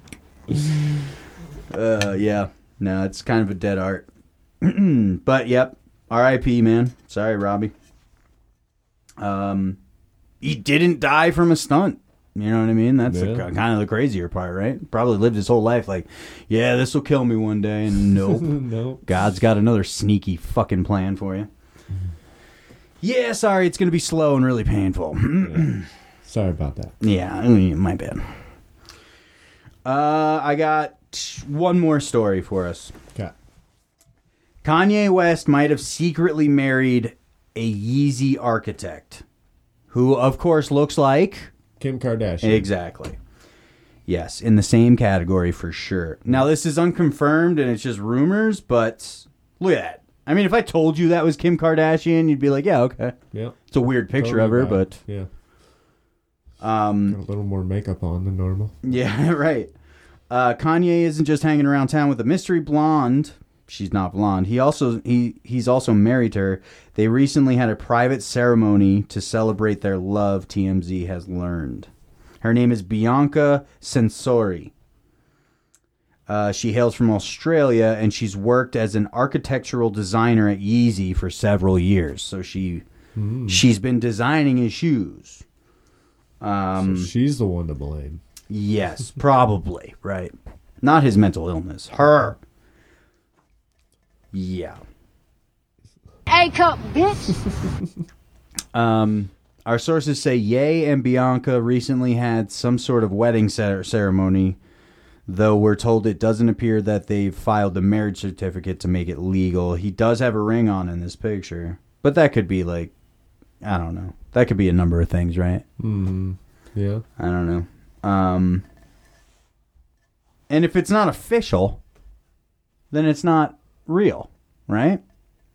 S5: Uh, yeah. No, it's kind of a dead art. (clears throat) but yep. R.I.P. Man. Sorry, Robbie. Um, he didn't die from a stunt. You know what I mean? That's the,
S10: Yeah.
S5: kind of the crazier part, right? Probably lived his whole life like, yeah, this will kill me one
S10: (laughs)
S5: day, and nope.
S10: Nope.
S5: God's got another sneaky fucking plan for you. Yeah, sorry, it's gonna be slow and really painful. (clears throat)
S10: Sorry about that.
S5: Yeah, I mean, my bad. Uh, I got one more story for us.
S10: Okay.
S5: Kanye West might have secretly married a Yeezy architect, who, of course, looks like
S10: Kim Kardashian.
S5: exactly. Yes, in the same category for sure. Now, this is unconfirmed and it's just rumors, but look at that. I mean, if I told you that was Kim Kardashian, you'd be like, yeah, okay.
S10: Yep.
S5: It's a weird picture of her, but
S10: yeah. Um, Got a little more makeup on than normal.
S5: Yeah, (laughs) right. Uh, Kanye isn't just hanging around town with a mystery blonde. She's not blonde. He also he he's also married to her. They recently had a private ceremony to celebrate their love. TMZ has learned. Her name is Bianca Sensori. Uh, she hails from Australia and she's worked as an architectural designer at Yeezy for several years. So she she's been designing his shoes. Mm.
S10: so she's the one to blame.
S5: Yes, probably, right. Not his mental illness, her. Yeah.
S3: A cup, bitch.
S5: Um our sources say Ye and Bianca recently had some sort of wedding cer- ceremony, though we're told it doesn't appear that they've filed the marriage certificate to make it legal. He does have a ring on in this picture, but that could be like I don't know. That could be a number of things, right?
S10: Yeah.
S5: I don't know. Um, and if it's not official, then it's not real, right?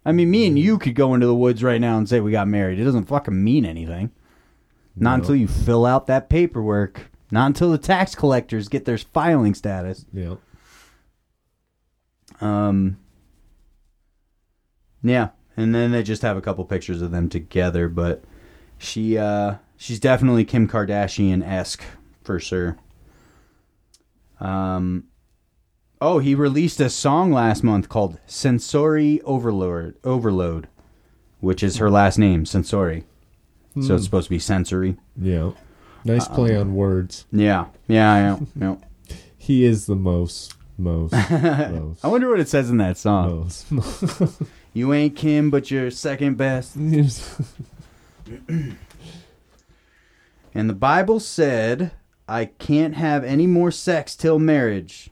S5: I mean, me and you could go into the woods right now and say we got married. It doesn't fucking mean anything. Not until you fill out that paperwork. Not until the tax collectors get their filing status.
S10: Yeah.
S5: Um, yeah, and then they just have a couple pictures of them together, but she uh, she's definitely Kim Kardashian esque for sure. Um, oh, he released a song last month called "Sensory Overload," Overload, which is her last name, Sensory. So it's supposed to be sensory.
S10: Yeah. Nice
S5: Uh-uh.
S10: play on words.
S5: Yeah, yeah, yeah. yeah.
S10: He is the most, most, most,
S5: (laughs) I wonder what it says in that song.
S6: Oh.
S10: most. (laughs)
S5: You ain't Kim, but you're second best.
S10: most.
S5: And the Bible said, I can't have any more sex till marriage.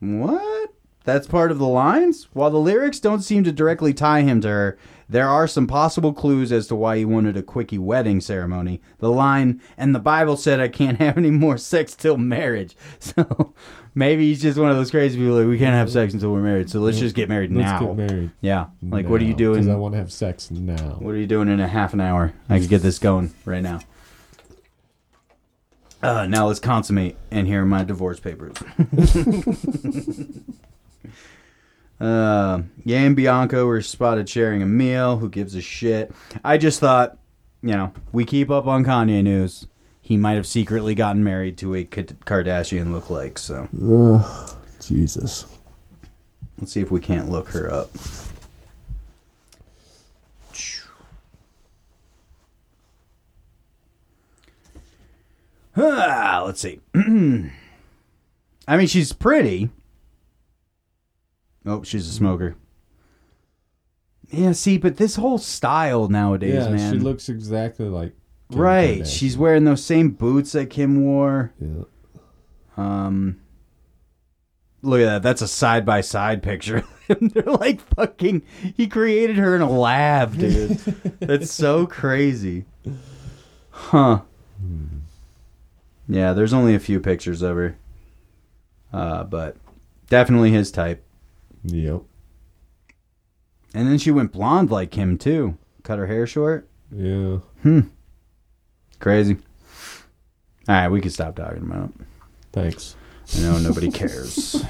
S5: What? That's part of the lines? While the lyrics don't seem to directly tie him to her, there are some possible clues as to why he wanted a quickie wedding ceremony. The line, and the Bible said, I can't have any more sex till marriage. (laughs) So maybe he's just one of those crazy people like, we can't have sex until we're married, so let's just get married
S10: Let's
S5: now.
S10: get married.
S5: Yeah. Like, what are you doing?
S10: Because I want to have sex now.
S5: What are you doing in a half an hour? I could get this going right now. Uh, now let's consummate and here are my divorce papers. (laughs) uh, yeah, and Bianca were spotted sharing a meal. Who gives a shit? I just thought, you know, we keep up on Kanye news. He might have secretly gotten married to a K- Kardashian look-like. So
S10: Jesus.
S5: let's see if we can't look her up. Ah, let's see. (clears throat) I mean, she's pretty. Oh, she's a smoker. Yeah, see, but this whole style nowadays,
S10: yeah,
S5: man.
S10: she looks exactly like Kim
S5: right.
S10: Kardashian.
S5: She's wearing those same boots that Kim wore.
S10: yeah.
S5: Um, look at that. That's a side by side picture. (laughs) They're like fucking. He created her in a lab, dude. That's so crazy. Huh. Yeah, there's only a few pictures of her. Uh, but definitely his type.
S10: Yep.
S5: And then she went blonde like him, too. Cut her hair short.
S10: Yeah.
S5: Crazy. All right, we can stop talking about it.
S10: Thanks.
S5: I know
S10: (laughs)
S5: nobody cares.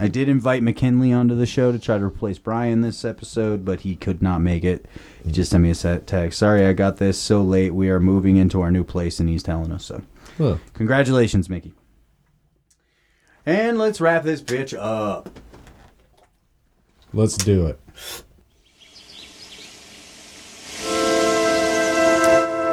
S5: I did invite McKinley onto the show to try to replace Brian this episode, but he could not make it. He just sent me a set text. Sorry, I got this so late. We are moving into our new place, and he's telling us so.
S10: Well,
S5: Congratulations, Mickey. And let's wrap this bitch up.
S10: let's do it.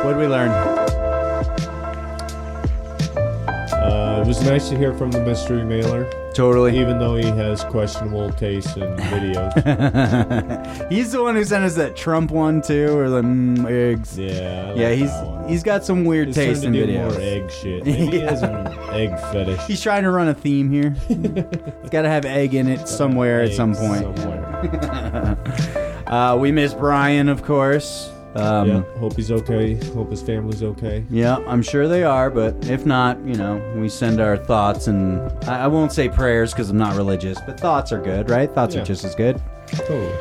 S5: What did we learn?
S10: Uh, it was nice to hear from the mystery mailer,
S5: Totally.
S10: even though he has questionable
S5: (laughs)
S10: taste in videos.
S5: He's the one who sent us that Trump one too, or the mm, eggs.
S10: Yeah. I like
S5: Yeah, he's
S10: that one.
S5: he's got some weird
S10: He's trying
S5: taste
S10: to
S5: in
S10: do
S5: videos.
S10: More egg
S5: (laughs)
S10: shit. Maybe he has an egg fetish.
S5: He's trying to run a theme here. it's got to have egg in it somewhere at some
S10: Eggs
S5: point.
S10: Somewhere.
S5: Uh, we miss Brian, of course. (laughs) Um,
S10: yeah. Hope he's okay. Hope his family's okay.
S5: Yeah, I'm sure they are, but if not, you know, we send our thoughts and I, I won't say prayers because I'm not religious, but thoughts are good, right? Thoughts
S10: Yeah.
S5: are just as good.
S10: Totally.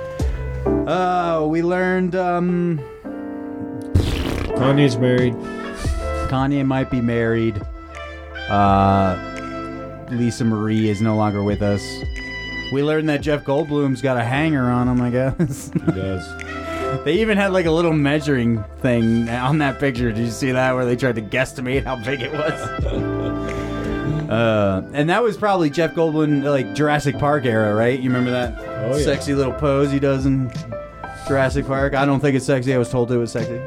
S5: Uh, we learned um,
S10: Kanye's married.
S5: Kanye might be married. Uh, Lisa Marie is no longer with us. We learned that Jeff Goldblum's got a hanger on him, I guess. (laughs)
S10: He does.
S5: They even had like a little measuring thing on that picture. Did you see that? Where they tried to guesstimate how big it was.
S10: (laughs)
S5: uh, and that was probably Jeff Goldblum, like Jurassic Park era, right? You remember that
S10: Oh, yeah.
S5: sexy little pose he does in Jurassic Park? I don't think it's sexy. I was told it was sexy.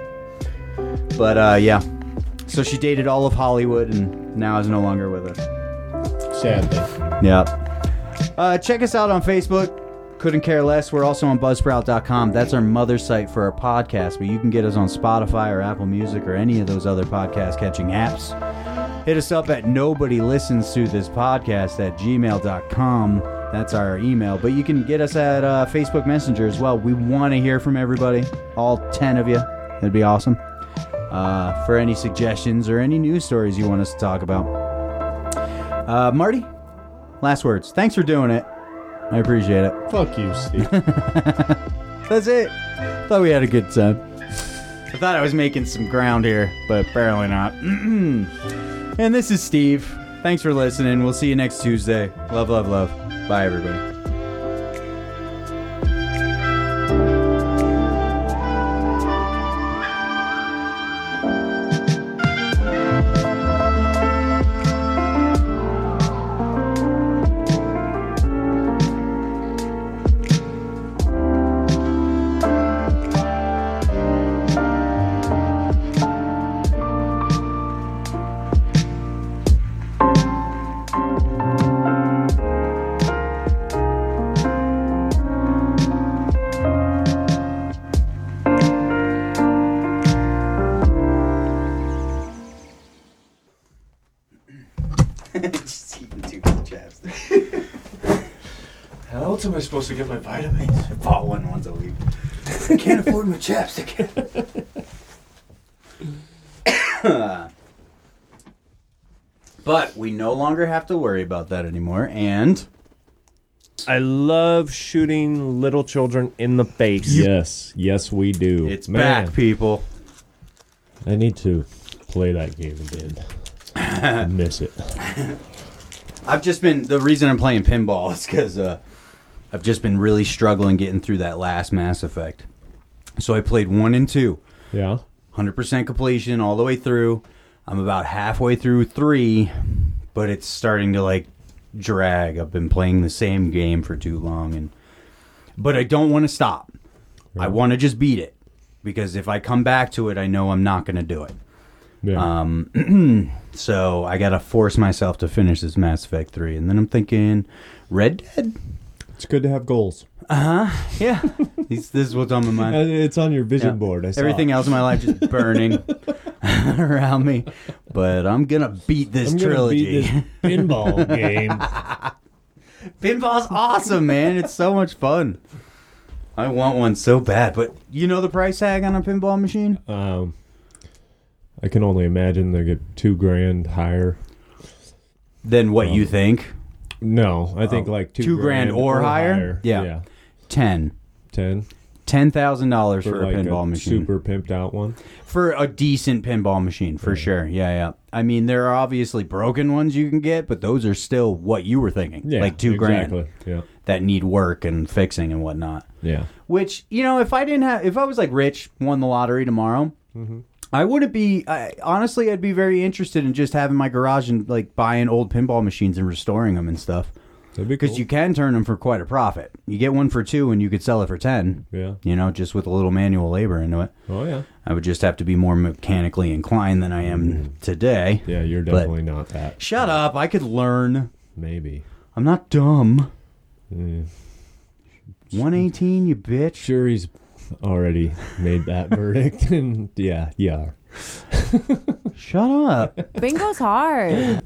S5: But uh, yeah. So she dated all of Hollywood and now is no longer with us.
S10: Sadly.
S5: Yep. Uh, check us out on Facebook. Couldn't care less. We're also on Buzzsprout.com. That's our mother site for our podcast, but you can get us on Spotify or Apple Music or any of those other podcast catching apps. Hit us up at nobody listens to this podcast at gmail.com. That's our email. But you can get us at uh, Facebook Messenger as well. We want to hear from everybody, all 10 of you. That'd be awesome. Uh, for any suggestions or any news stories you want us to talk about. Uh, Marty, Last words. Thanks for doing it. I appreciate it.
S10: Fuck you,
S5: (laughs)
S10: Steve.
S5: That's it. Thought we had a good time. I thought I was making some ground here, but apparently not. (clears throat) and this is Steve. Thanks for listening. We'll see you next Tuesday. Love, love, love. Bye, everybody. Just eating two chapsticks.
S4: How else am I supposed to get my vitamins?
S5: I bought one once a week.
S11: I can't afford my chapstick.
S5: (coughs) But we no longer have to worry about that anymore. And
S4: I love shooting little children in the face.
S10: yes. Yes, we do.
S5: it's
S10: Man,
S5: back, people.
S10: I need to play that game again. I
S5: (laughs)
S10: miss it.
S5: I've just been the reason I'm playing pinball is because uh, I've just been really struggling getting through that last Mass Effect. So I played one and two,
S10: Yeah.
S5: 100% completion all the way through. I'm about halfway through three, but it's starting to like drag. I've been playing the same game for too long, and but I don't want to stop. I want to just beat it because if I come back to it, I know I'm not going to do it.
S10: Yeah.
S5: Um, So I gotta force myself to finish this Mass Effect three, and then I'm thinking Red Dead.
S10: It's good to have goals.
S5: Yeah, These- (laughs) this is what's on my mind.
S6: Uh,
S10: And it's on your vision
S5: Yeah.
S10: board. I saw.
S5: Everything else in my life just burning (laughs) around me, but I'm gonna beat this
S10: I'm gonna
S5: trilogy. (laughs)
S10: beat this pinball game.
S5: Pinball's awesome, man. It's so much fun. I want one so bad, but you know the price tag on a pinball machine?
S6: Um, I can only imagine they get two grand higher.
S5: Then what you think?
S6: No, I think like two,
S5: Um, two grand or higher? Yeah. Ten.
S6: ten
S5: Ten thousand dollars for, a
S6: like
S5: pinball machine.
S6: super pimped out one.
S5: For a decent pinball machine, for sure. Yeah, yeah. I mean, there are obviously broken ones you can get, but those are still what you were thinking.
S6: Yeah,
S5: like two
S6: exactly.
S5: grand
S6: Yeah,
S5: that need work and fixing and whatnot.
S6: yeah.
S5: Which you know, if I didn't have, if I was like rich, won the lottery tomorrow,
S6: Mm-hmm.
S5: I wouldn't be. I, honestly, I'd be very interested in just having my garage and like buying old pinball machines and restoring them and stuff.
S6: That'd be
S5: Because
S6: cool.
S5: you can turn them for quite a profit. You get one for two, and you could sell it for ten.
S6: Yeah.
S5: You know, just with a little manual labor into it.
S6: Oh yeah.
S5: I would just have to be more mechanically inclined than I am today.
S6: Mm-hmm. Yeah, you're
S5: But-
S6: definitely not that.
S5: Shut up! I could learn.
S6: Maybe.
S5: I'm not dumb.
S6: Yeah.
S5: One eighteen, you bitch.
S6: Sure, he's already made that (laughs) verdict, and yeah, yeah.
S5: Shut up.
S12: Bingo's hard.